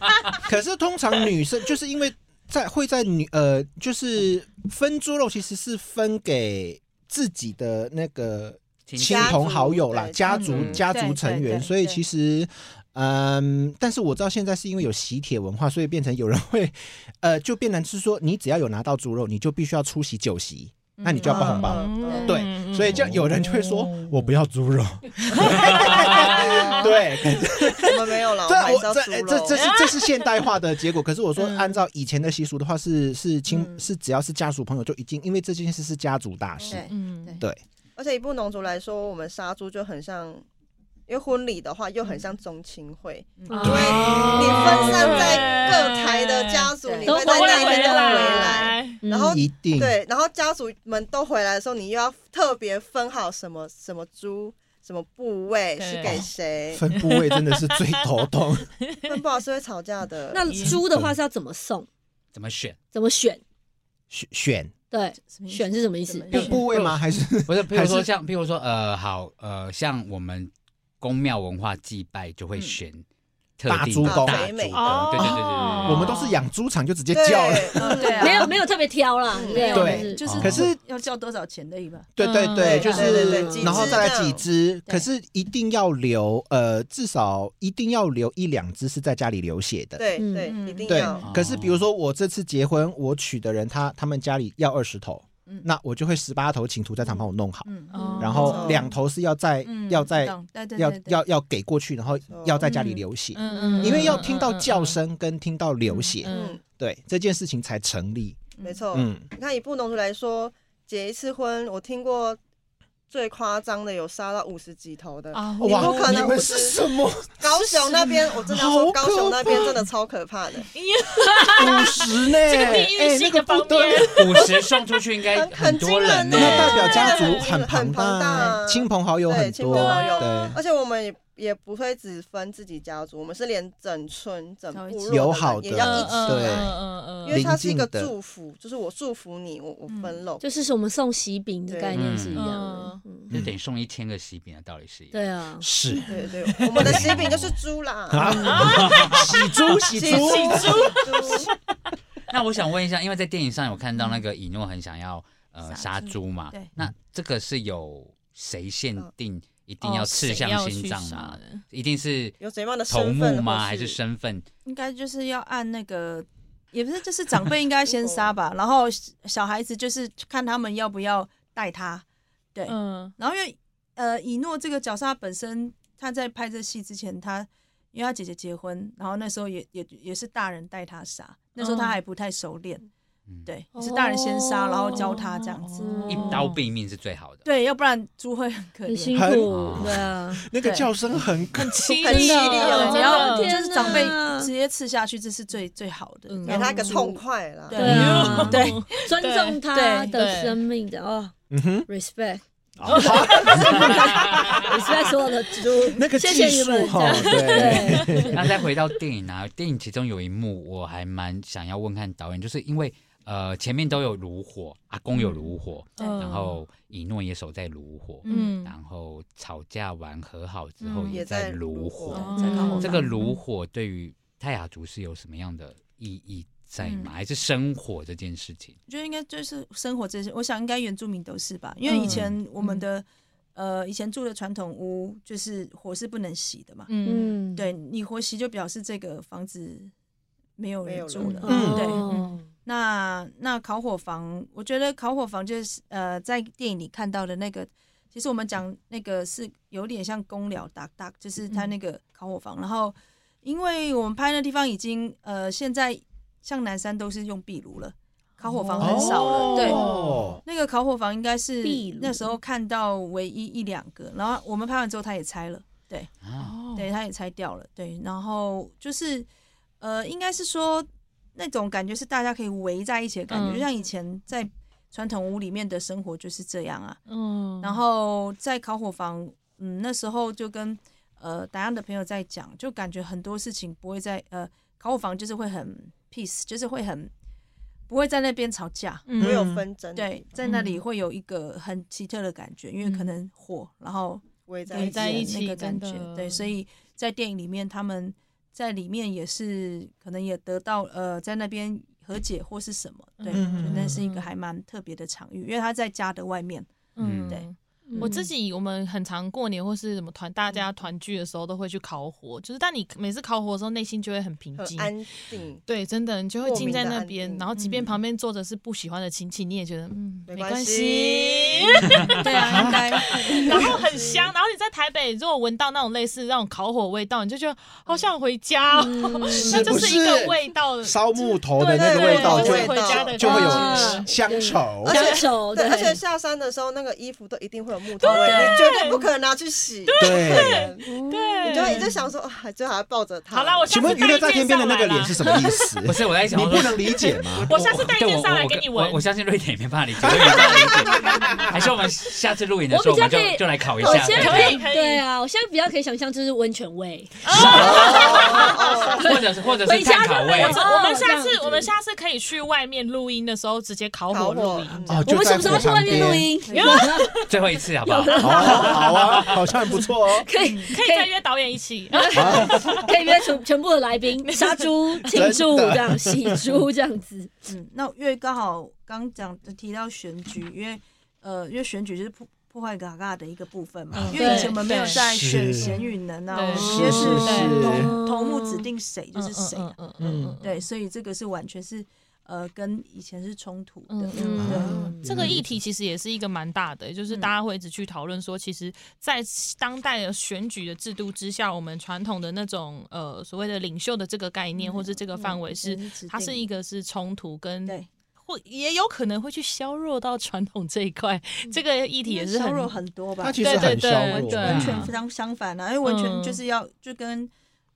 Speaker 2: 可是通常女生就是因为在会在女呃，就是分猪肉其实是分给自己的那个
Speaker 3: 亲
Speaker 2: 亲
Speaker 3: 戚
Speaker 2: 朋好友啦，家
Speaker 5: 家
Speaker 6: 族
Speaker 2: 族
Speaker 3: 对
Speaker 2: 家
Speaker 6: 对
Speaker 2: 族成
Speaker 6: 对
Speaker 2: 员，
Speaker 6: 对
Speaker 2: 所以
Speaker 6: 对
Speaker 2: 其实。嗯，但是我知道现在是因为有喜帖文化，所以变成有人会，呃，就变成是说，你只要有拿到猪肉，你就必须要出席酒席，那你就要包红包。
Speaker 4: 嗯
Speaker 2: 对所以就有人就会说，我不要猪肉。对，可是
Speaker 5: 我们没有了，我
Speaker 2: 这
Speaker 5: 们还是
Speaker 2: 我
Speaker 5: 要
Speaker 2: 这
Speaker 5: 猪
Speaker 2: 哎
Speaker 5: 肉。
Speaker 2: 这这是这是现代化的结果。可是我说，按照以前的习俗的话，是是亲
Speaker 5: 嗯
Speaker 2: 是只要是家属朋友就一定，因为这件事是家族大事。
Speaker 5: 对，
Speaker 4: 嗯，
Speaker 2: 对，
Speaker 5: 而且以布农族来说，我们杀猪就很像，因为婚礼的话又很像宗亲会，因为你分散在各台的家族，
Speaker 6: 对
Speaker 5: 你
Speaker 1: 都
Speaker 5: 会在那一天都回来。
Speaker 4: 来，
Speaker 5: 然后
Speaker 2: 一定
Speaker 5: 对，然后家属们都回来的时候，你又要特别分好什么什么猪、什么部位
Speaker 4: 对
Speaker 5: 是给谁，
Speaker 2: 分部位真的是最头 痛。
Speaker 5: 分不好是会吵架的。
Speaker 1: 那猪的话是要怎么送？
Speaker 3: 怎么选？
Speaker 1: 怎么选？
Speaker 2: 选选
Speaker 1: 对，
Speaker 6: 什么意思
Speaker 1: 选是什么意思？
Speaker 6: 怎么
Speaker 2: 部部位吗？还是
Speaker 3: 不是，比如
Speaker 2: 还是
Speaker 3: 说像，比如说呃，好呃，像我们宫庙文化祭拜就会选特
Speaker 2: 大
Speaker 3: 定
Speaker 2: 猪
Speaker 3: 的
Speaker 2: 公
Speaker 3: 大猪
Speaker 5: 北美
Speaker 3: 公对对对对对对对，
Speaker 2: 我们都是养猪场就直接
Speaker 5: 对
Speaker 2: 叫了？
Speaker 6: 嗯对啊，
Speaker 1: 没有没有特别挑啦，
Speaker 6: 没
Speaker 1: 对
Speaker 6: 有
Speaker 1: 不
Speaker 2: 对
Speaker 1: 就是
Speaker 3: 哦
Speaker 6: 就是
Speaker 2: 可是
Speaker 6: 要交多少钱的一吧？
Speaker 2: 对对
Speaker 4: 嗯
Speaker 2: 对，就
Speaker 5: 对对对
Speaker 2: 是
Speaker 5: 几
Speaker 2: 然后
Speaker 5: 只
Speaker 2: 再来
Speaker 5: 这样
Speaker 2: 几只，可是一定要留呃，至少一定要留一两只是在家里流血的。
Speaker 5: 对
Speaker 1: 嗯
Speaker 5: 对，
Speaker 6: 嗯
Speaker 5: 一定
Speaker 2: 对
Speaker 5: 要。
Speaker 2: 可是比如说我这次结婚，我娶的人他他们家里要二十头
Speaker 6: 嗯，
Speaker 2: 那我就会十八头请屠宰场帮我弄好，
Speaker 6: 嗯
Speaker 4: 哦
Speaker 2: 然
Speaker 5: 没
Speaker 2: 后
Speaker 5: 错嗯
Speaker 2: 两头是要在要在
Speaker 6: 对对
Speaker 2: 要要要给过去，然后
Speaker 5: 错
Speaker 2: 要在家里流血，
Speaker 4: 嗯
Speaker 2: 因为要听到叫，声跟听到流血，
Speaker 5: 嗯，哦
Speaker 2: 对这件事情才成立。
Speaker 5: 没错。
Speaker 2: 嗯，
Speaker 5: 你看以布农族来说，结一次婚，我听过最夸张的有杀到五十几头的。
Speaker 4: 啊，
Speaker 5: 哦你不可
Speaker 2: 哇，
Speaker 5: 能
Speaker 2: 你们是什 么？
Speaker 5: 高雄那边，我真的要
Speaker 2: 好可
Speaker 5: 说，
Speaker 2: 怕
Speaker 5: 高雄那边真的超可怕的，
Speaker 2: 五十呢？
Speaker 4: 这个地域
Speaker 2: 哎，
Speaker 4: 性
Speaker 2: 那个
Speaker 4: 的方
Speaker 2: 不得了
Speaker 4: 面
Speaker 3: 五十送出去应该
Speaker 5: 很
Speaker 3: 很多人
Speaker 5: 很
Speaker 3: 呢
Speaker 5: 惊人
Speaker 2: 那代表家
Speaker 5: 对
Speaker 2: 族
Speaker 5: 对
Speaker 2: 很
Speaker 5: 很
Speaker 2: 庞
Speaker 5: 庞大
Speaker 2: 大，
Speaker 5: 啊
Speaker 2: 亲朋好友
Speaker 5: 对
Speaker 2: 很
Speaker 5: 亲
Speaker 2: 多，
Speaker 5: 朋好友
Speaker 2: 对，
Speaker 5: 而且我们也也不会只分自己家族，我们是连整村整部落的人
Speaker 2: 友好的
Speaker 5: 也要一起
Speaker 2: 对
Speaker 5: 来，
Speaker 4: 嗯
Speaker 5: 因为它是一个
Speaker 2: 邻近的
Speaker 5: 祝福，就是我祝福你，我我分肉，
Speaker 1: 就是我们送喜饼的概念是一样的。嗯，
Speaker 3: 就等于送一千个喜饼的道理是一样。
Speaker 1: 对啊，
Speaker 2: 是
Speaker 5: 对对，我们的喜饼就是猪 啦，
Speaker 2: 啊，喜猪喜
Speaker 5: 喜
Speaker 2: 猪，
Speaker 5: 猪，猪
Speaker 3: 那我想问一下，因为在电影上有看到那个以诺很想要呃杀
Speaker 6: 杀猪
Speaker 3: 猪嘛
Speaker 6: 对，
Speaker 3: 那这个是有谁限定一定
Speaker 4: 哦
Speaker 3: 要刺向心脏吗？
Speaker 4: 的，
Speaker 3: 一定是
Speaker 5: 有怎样的
Speaker 3: 头
Speaker 5: 身
Speaker 3: 目
Speaker 5: 份
Speaker 3: 吗？
Speaker 5: 或
Speaker 3: 还是身份？
Speaker 6: 应该就是要按那个，也不是，就是长辈应该先杀吧，然后小孩子就是看他们要不要带他，对，
Speaker 4: 嗯
Speaker 6: 然后因为呃，以诺这个角色他本身他在拍这戏之前，他因为他姐姐结婚，然后那时候也也也是大人带他杀，那时候他还不太熟练，
Speaker 3: 嗯，，
Speaker 6: 对，是大人先杀，然后教他这样子，
Speaker 1: 哦
Speaker 3: 一刀毙命是最好的。
Speaker 6: 对，要不然猪会很可
Speaker 1: 很
Speaker 6: 怜。
Speaker 1: 辛苦，对啊，
Speaker 2: 那个叫声很可
Speaker 5: 嗯
Speaker 4: 凄
Speaker 5: 很
Speaker 4: 厉
Speaker 5: 犀利
Speaker 6: 对，
Speaker 5: 哦
Speaker 6: 只要就
Speaker 1: 天
Speaker 6: 是
Speaker 1: 哪
Speaker 6: 长辈直接刺下去，这是最最好的。
Speaker 4: 嗯
Speaker 5: 给他一个痛快啦，
Speaker 6: 对
Speaker 1: 对啊，
Speaker 6: 嗯对，
Speaker 1: 尊重他的生命的哦
Speaker 2: 嗯哼，
Speaker 1: ，respect，respect
Speaker 3: 哦
Speaker 2: 好
Speaker 1: 所有的猪，
Speaker 2: 那个
Speaker 1: 谢
Speaker 2: 技
Speaker 1: 谢你
Speaker 2: 术
Speaker 1: 们，
Speaker 2: 哈，对，
Speaker 1: 对，
Speaker 3: 那再回到电影啊，电影其中有一幕我还蛮想要问看导演，就是因为呃前面都有炉火，阿公有炉火，
Speaker 6: 嗯
Speaker 3: 然后以诺也守在炉火，
Speaker 4: 嗯
Speaker 3: 然后吵架完和好之后
Speaker 4: 嗯哦
Speaker 3: 也
Speaker 5: 也
Speaker 3: 在
Speaker 5: 在
Speaker 3: 炉
Speaker 5: 炉
Speaker 3: 火。嗯
Speaker 5: 火
Speaker 6: 再看
Speaker 1: 嗯
Speaker 6: 后
Speaker 3: 这个
Speaker 6: 方
Speaker 3: 炉火对于泰雅族是有什么样的意义在吗？
Speaker 6: 嗯
Speaker 3: 还是生火这件事情？
Speaker 6: 我觉得应该就是生活这些，我想应该原住民都是吧，因为以前我们的、呃以前住的传统屋就是火是不能熄的嘛，
Speaker 4: 嗯
Speaker 1: 嗯，
Speaker 6: 对你火熄就表示这个房子没有
Speaker 5: 没
Speaker 6: 人
Speaker 5: 有
Speaker 6: 住了
Speaker 5: 人，
Speaker 2: 嗯
Speaker 6: 对。
Speaker 1: 哦
Speaker 6: 那那烤火房，我觉得烤火房就是呃，在电影里看到的那个，其其实我们讲那个是有点像公寮打打，就是它
Speaker 1: 嗯
Speaker 6: 那个烤火房。然后，因为我们拍那地方已经呃，现在像南山都是用壁炉了，烤火房哦很少了。对，
Speaker 2: 哦
Speaker 6: 那个烤火房应该是
Speaker 1: 壁炉
Speaker 6: 那时候看到唯一一两个，然后我们拍完之后他也拆了，
Speaker 3: 啊，
Speaker 4: 哦，
Speaker 6: 对，他也拆掉了，对，然后就是呃，应该是说那种感觉是大家可以围在一起的感
Speaker 4: 嗯
Speaker 6: 觉，就像以前在传统屋里面的生活就是这样啊。
Speaker 4: 嗯，
Speaker 6: 然后在烤火房，嗯，那时候就跟呃达安的朋友在讲，就感觉很多事情不会在呃烤火房就是会很 peace，就是会很不会在那边吵架，
Speaker 4: 嗯
Speaker 5: 没有纷争，
Speaker 6: 对，在那里会有一个很奇特的感觉，因
Speaker 4: 嗯
Speaker 6: 为可能火，然后
Speaker 5: 围在
Speaker 6: 堆
Speaker 5: 一
Speaker 4: 围在一
Speaker 5: 起。
Speaker 4: 起
Speaker 6: 那个感觉
Speaker 4: 真的，
Speaker 6: 对，所以在电影里面，他们在里面也是可能也得到呃，在那边和解或是什么，对，
Speaker 2: 嗯
Speaker 6: 就那是一个
Speaker 4: 嗯
Speaker 6: 还蛮特别的场域，因为他在家的 外面，
Speaker 3: 嗯
Speaker 6: 对。
Speaker 4: 我自己我们很常过年或是什么团大家团聚的时候都会去烤火，就是但你每次烤火的时候内心就会很平
Speaker 5: 很
Speaker 4: 静。
Speaker 5: 安定，
Speaker 4: 对，真的，你就会
Speaker 5: 莫
Speaker 4: 静
Speaker 5: 名
Speaker 4: 在
Speaker 5: 的
Speaker 4: 那
Speaker 5: 安
Speaker 4: 边，
Speaker 5: 定
Speaker 4: 然后即便
Speaker 6: 嗯
Speaker 4: 旁边坐着是不喜欢的亲戚，你也觉得嗯
Speaker 5: 没
Speaker 4: 关
Speaker 5: 关
Speaker 4: 系
Speaker 5: 系，
Speaker 6: 对 啊，应该，
Speaker 4: 然后很香。然后你在台北如果闻到那种类似那种烤火味道，你就觉得好想回家、
Speaker 1: 嗯
Speaker 4: 哦，那
Speaker 2: 是
Speaker 4: 就
Speaker 2: 不
Speaker 4: 是一个
Speaker 2: 是
Speaker 4: 味道，
Speaker 2: 烧木头的
Speaker 4: 对对
Speaker 2: 那个
Speaker 4: 对，
Speaker 2: 味道
Speaker 4: 就
Speaker 2: 就
Speaker 5: 对
Speaker 4: 是
Speaker 5: 对
Speaker 4: 回
Speaker 5: 对
Speaker 4: 家的
Speaker 2: 就会
Speaker 4: 感觉
Speaker 2: 有乡愁
Speaker 5: 而？
Speaker 1: 乡
Speaker 5: 且
Speaker 1: 愁，
Speaker 5: 对，而且下山的时候，那个衣服都一定会有木头味，你绝对不可能拿去洗。
Speaker 2: 对，
Speaker 1: 嗯
Speaker 4: 对，
Speaker 5: 你就会一直想说，啊，最好还抱着它。
Speaker 4: 好啦，我下
Speaker 2: 请
Speaker 4: 次
Speaker 2: 问娱
Speaker 4: 带
Speaker 2: 乐
Speaker 4: 一
Speaker 2: 在天
Speaker 4: 件
Speaker 2: 边的
Speaker 4: 上
Speaker 2: 那
Speaker 4: 来
Speaker 2: 个
Speaker 4: 啦
Speaker 2: 脸。是什么意思？
Speaker 3: 不是 我在想
Speaker 2: 你
Speaker 3: 说，
Speaker 2: 不能理解 吗？
Speaker 4: 我下次带一
Speaker 3: 对
Speaker 4: 件
Speaker 3: 我
Speaker 4: 上来
Speaker 3: 我
Speaker 4: 给你闻
Speaker 3: 我我相信瑞典也没办法理解，我也没办法理解。还是我们下次录影的时候，
Speaker 1: 我
Speaker 3: 我
Speaker 1: 比较
Speaker 3: 们就
Speaker 1: 可以
Speaker 3: 就来考一
Speaker 1: 我
Speaker 3: 下。
Speaker 1: 现在
Speaker 4: 可以可以
Speaker 1: 对啊，我现在比较可以想象就是温泉味，
Speaker 3: 或者是或者是碳烤味
Speaker 1: 回家就会哦这
Speaker 4: 我们我们下
Speaker 1: 样
Speaker 4: 次
Speaker 1: 子
Speaker 4: 我们下次可以去外面录音的时候直接烤
Speaker 5: 烤
Speaker 4: 火录
Speaker 5: 火
Speaker 4: 音。，
Speaker 2: 哦，
Speaker 1: 我
Speaker 2: 就
Speaker 1: 们
Speaker 2: 在
Speaker 1: 什么时候去外
Speaker 2: 火旁
Speaker 1: 面
Speaker 2: 边
Speaker 1: 录？音？
Speaker 4: 啊
Speaker 3: 最后一次好不好？
Speaker 2: 好啊，好啊，好像很不错 哦。
Speaker 1: 可以
Speaker 4: 嗯可以再约导演一起，
Speaker 1: 可以约全全部的来宾，杀 猪、庆祝
Speaker 2: 真的
Speaker 1: 这样、喜猪这样子，
Speaker 6: 嗯，那因为刚好刚讲呃提到选举，因为呃，因为选举就是破破坏嘎嘎的一个部分嘛，因为以前我们没有在选贤与能啊，
Speaker 4: 嗯对
Speaker 6: 我们
Speaker 4: 是
Speaker 6: 直接
Speaker 2: 是
Speaker 6: 是
Speaker 2: 是
Speaker 6: 头头目指定谁就是谁啊，
Speaker 4: 嗯
Speaker 2: 嗯
Speaker 6: 对，所以这个是完全是呃跟以前是冲突的，
Speaker 4: 嗯
Speaker 6: 对。
Speaker 2: 啊
Speaker 4: 这个议题其实也是一个蛮大的，就是大家会一直去讨论说，其实，在当代的选举的制度之下，我们传统的那种呃所谓的领袖的这个概念，或是这个范围是，
Speaker 6: 嗯指
Speaker 4: 它是
Speaker 6: 定
Speaker 4: 一个是冲突跟
Speaker 6: 对，
Speaker 4: 或也有可能会去削弱到传统这一块，这个议题也是
Speaker 6: 削弱
Speaker 4: 很
Speaker 6: 很多吧
Speaker 2: 它？其实很削弱，嗯
Speaker 4: 对
Speaker 6: 完
Speaker 4: 对
Speaker 6: 全非常相反啊，因为完全
Speaker 4: 嗯
Speaker 6: 就是要就跟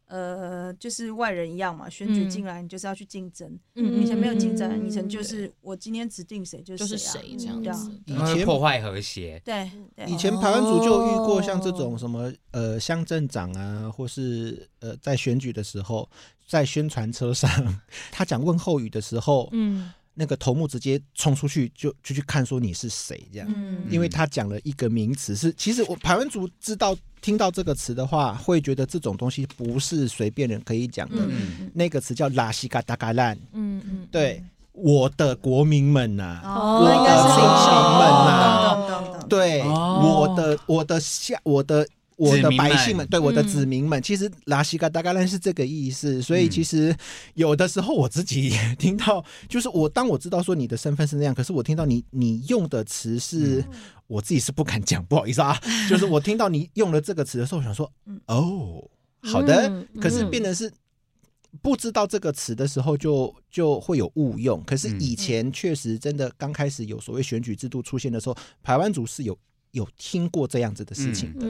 Speaker 6: 呃就是外人一样嘛，选举
Speaker 4: 嗯
Speaker 6: 进来你就是要去竞争，
Speaker 1: 嗯
Speaker 6: 以前没有竞争，
Speaker 1: 嗯
Speaker 6: 以前就是我今天指定谁就
Speaker 4: 就是
Speaker 6: 谁
Speaker 4: 谁
Speaker 6: 啊
Speaker 4: 这样
Speaker 6: 对啊
Speaker 4: 子，
Speaker 5: 嗯
Speaker 2: 以
Speaker 3: 它会
Speaker 2: 前
Speaker 3: 破坏和谐。
Speaker 6: 对对啊
Speaker 2: 以前台湾组就遇过像这种什么呃乡镇长啊，或是呃在选举的时候，在宣传车上， 他讲问候语的时候，
Speaker 4: 嗯
Speaker 2: 那个头目直接冲出去就就去看说你是谁这样，
Speaker 6: 嗯
Speaker 2: 因为他讲了一个名词是，其实我台湾族知道听到这个词的话，会觉得这种东西不是随便人可以讲的，
Speaker 3: 嗯，
Speaker 2: 那个词叫拉西嘎达嘎烂，
Speaker 4: 嗯嗯，
Speaker 2: 对，我的国民们啊呐、
Speaker 6: 哦
Speaker 1: 我
Speaker 6: 那应该是领
Speaker 2: 哦
Speaker 6: 袖，懂懂懂懂，
Speaker 2: 对，
Speaker 3: 哦
Speaker 2: 我的我的下我的我
Speaker 3: 子
Speaker 2: 的
Speaker 3: 民
Speaker 2: 百
Speaker 3: 们
Speaker 2: 姓们，对我的
Speaker 4: 嗯
Speaker 2: 子民们，其实拉西嘎大概是这个意思。所以
Speaker 3: 嗯
Speaker 2: 其实有的时候我自己 也听到，就是我当我知道说你的身份是那样，可是我听到你你用的词
Speaker 3: 嗯
Speaker 2: 是，我自己是不敢讲，不好意思啊，就是我听到你用了这个词的时候，我想说
Speaker 6: 嗯，
Speaker 2: 哦，好的
Speaker 1: 嗯，
Speaker 2: 可是
Speaker 1: 嗯
Speaker 2: 变得是。不知道这个词的时候就，就会有误用。可是
Speaker 3: 嗯
Speaker 2: 以前确实真的刚开始有所谓选举制度出现的时候，台湾族是有有听过这样子的事
Speaker 4: 嗯
Speaker 2: 情的。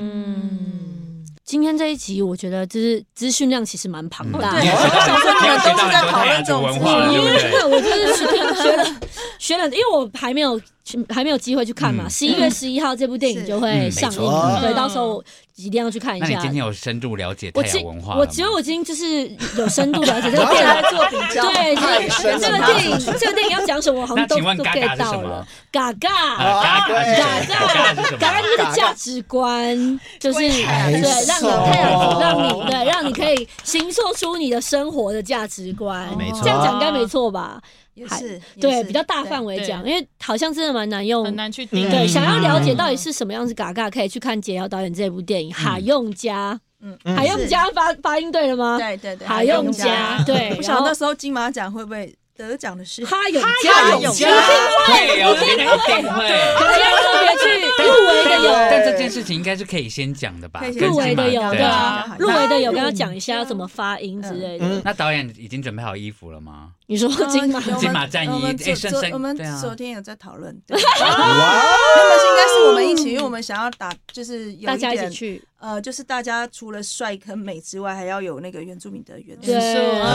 Speaker 1: 嗯。今天这一集，我觉得就是资讯量其实蛮
Speaker 4: 嗯
Speaker 1: 庞大的
Speaker 3: 嗯你也。学到你也学到很多太阳族文化了，对
Speaker 1: 真
Speaker 3: 不对？
Speaker 1: 的，我就是学学了学了，因为我还没有去还没有机会去看嘛。
Speaker 3: 嗯
Speaker 1: 十一月十一号这部电影
Speaker 6: 是
Speaker 1: 就会
Speaker 3: 嗯
Speaker 1: 上映
Speaker 2: 没错，
Speaker 1: 对，到时候我一定要去看一
Speaker 3: 那你
Speaker 1: 下
Speaker 3: 今。天有深入了解
Speaker 1: 我
Speaker 3: 太
Speaker 1: 今
Speaker 3: 阳文化了吗
Speaker 1: 我觉得我已经就是有深度了解这个电影，
Speaker 6: 做比较，
Speaker 1: 对，
Speaker 2: 太
Speaker 1: 这
Speaker 2: 深
Speaker 1: 个
Speaker 2: 了
Speaker 1: 这个电影这个电影要讲什么，我好
Speaker 3: 那
Speaker 1: 像都
Speaker 3: 请问
Speaker 1: 都
Speaker 3: 嘎嘎
Speaker 1: get
Speaker 3: 是什
Speaker 1: 到
Speaker 3: 么
Speaker 1: 了。？嘎嘎。
Speaker 3: 啊，嘎嘎是什么
Speaker 1: 嘎
Speaker 3: 嘎嘎是什
Speaker 1: 嘎嘎
Speaker 3: 么？
Speaker 1: 就是那个价值观，就是对，让你
Speaker 2: 太瘦
Speaker 1: 太阳族，让你对，让你可以形塑出你的生活的价值观。
Speaker 3: 哦
Speaker 2: 没错啊
Speaker 1: 这样讲应该没错吧？
Speaker 6: 哦也是
Speaker 1: 对，比较大范
Speaker 6: 围，
Speaker 1: 围
Speaker 4: 对
Speaker 1: 讲，因为好像真的蛮难用
Speaker 4: 很难去定义。
Speaker 1: 对，想要了解
Speaker 4: 嗯
Speaker 1: 到底是什么样子嘎嘎，可以去看解瑶导演这部电
Speaker 3: 嗯
Speaker 1: 影《海用家》。
Speaker 6: 嗯，
Speaker 1: 海用
Speaker 6: 是
Speaker 1: 家发发音对了吗？
Speaker 6: 对对对，
Speaker 1: 海用家对 然
Speaker 6: 不晓
Speaker 1: 后
Speaker 6: 得那时候金马奖会不会得奖的是
Speaker 1: 哈永
Speaker 5: 哈
Speaker 1: 嘉
Speaker 5: 永嘉
Speaker 3: 会哦，我跟你讲一定会。
Speaker 1: 他要特别去入围的有，
Speaker 3: 但这件事情应该是可以先讲的吧
Speaker 6: 可以？先
Speaker 1: 入围的有，
Speaker 3: 跟进嘛
Speaker 1: 对
Speaker 3: 对啊。
Speaker 1: 啊，入围的有跟他讲一下要怎么发音之类的。
Speaker 2: 嗯
Speaker 3: 那导演已经准备好衣服了吗？
Speaker 1: 你说金马
Speaker 6: 呃我们
Speaker 3: 金马战役
Speaker 6: 我们昨
Speaker 3: 哎圣
Speaker 6: 昨
Speaker 3: 圣
Speaker 6: 我们
Speaker 3: 对啊
Speaker 6: 昨天有在讨论，对 原本是应该是我们一起，因为我们想要打，就是有
Speaker 1: 大
Speaker 6: 一
Speaker 1: 家一起
Speaker 6: 点
Speaker 1: 去，
Speaker 6: 呃，就是大家除了帅跟美之外，还要有那个原住民的元素
Speaker 1: 对。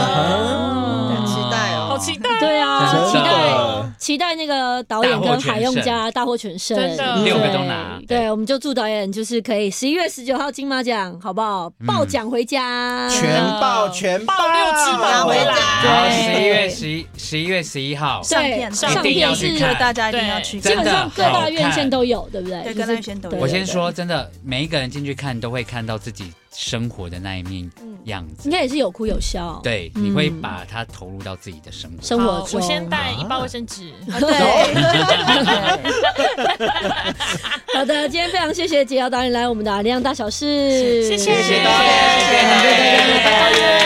Speaker 3: 嗯
Speaker 5: 很
Speaker 1: 啊
Speaker 5: 期待哦
Speaker 4: 啊好期待哦，
Speaker 1: 对啊，
Speaker 3: 真
Speaker 1: 期待
Speaker 3: 的
Speaker 2: 的，
Speaker 1: 期待那个导演跟海用家大获全胜，
Speaker 4: 真的
Speaker 1: 对
Speaker 4: 六
Speaker 3: 个都拿
Speaker 1: 对，我们就祝导演就是可以十一月十九号金马奖，好不好？
Speaker 3: 嗯
Speaker 1: 爆奖回家，
Speaker 2: 全爆全爆
Speaker 4: 爆六只马回来
Speaker 3: 然后
Speaker 1: 对
Speaker 3: 十一月十一十一月十一号，
Speaker 1: 对
Speaker 6: 上片
Speaker 1: 上
Speaker 3: 一定
Speaker 1: 片
Speaker 3: 要
Speaker 1: 是
Speaker 3: 去
Speaker 6: 就
Speaker 3: 看
Speaker 6: 大家一定要去
Speaker 1: 基
Speaker 3: 对。
Speaker 6: 看
Speaker 1: 本上各大院线都有，对不对？
Speaker 6: 对
Speaker 1: 就是
Speaker 6: 各大院线都有
Speaker 1: 对
Speaker 3: 我
Speaker 1: 对
Speaker 3: 先
Speaker 1: 对
Speaker 3: 说真的，每一个人进去看都会看到自己生活的那一面样子
Speaker 1: 应，该也是有哭有笑，，
Speaker 3: 对，
Speaker 1: 嗯
Speaker 3: 你会把它投入到自己的生活。
Speaker 1: 生活
Speaker 4: 好
Speaker 1: 中。
Speaker 4: 我先 带一包卫生纸。
Speaker 6: 啊对，对
Speaker 1: 好的，今天非常谢谢杰瑶导演来我们的《阿亮大小事》，
Speaker 4: 谢谢谢谢导演
Speaker 3: 谢谢导演
Speaker 1: 谢谢导演
Speaker 3: 谢谢导演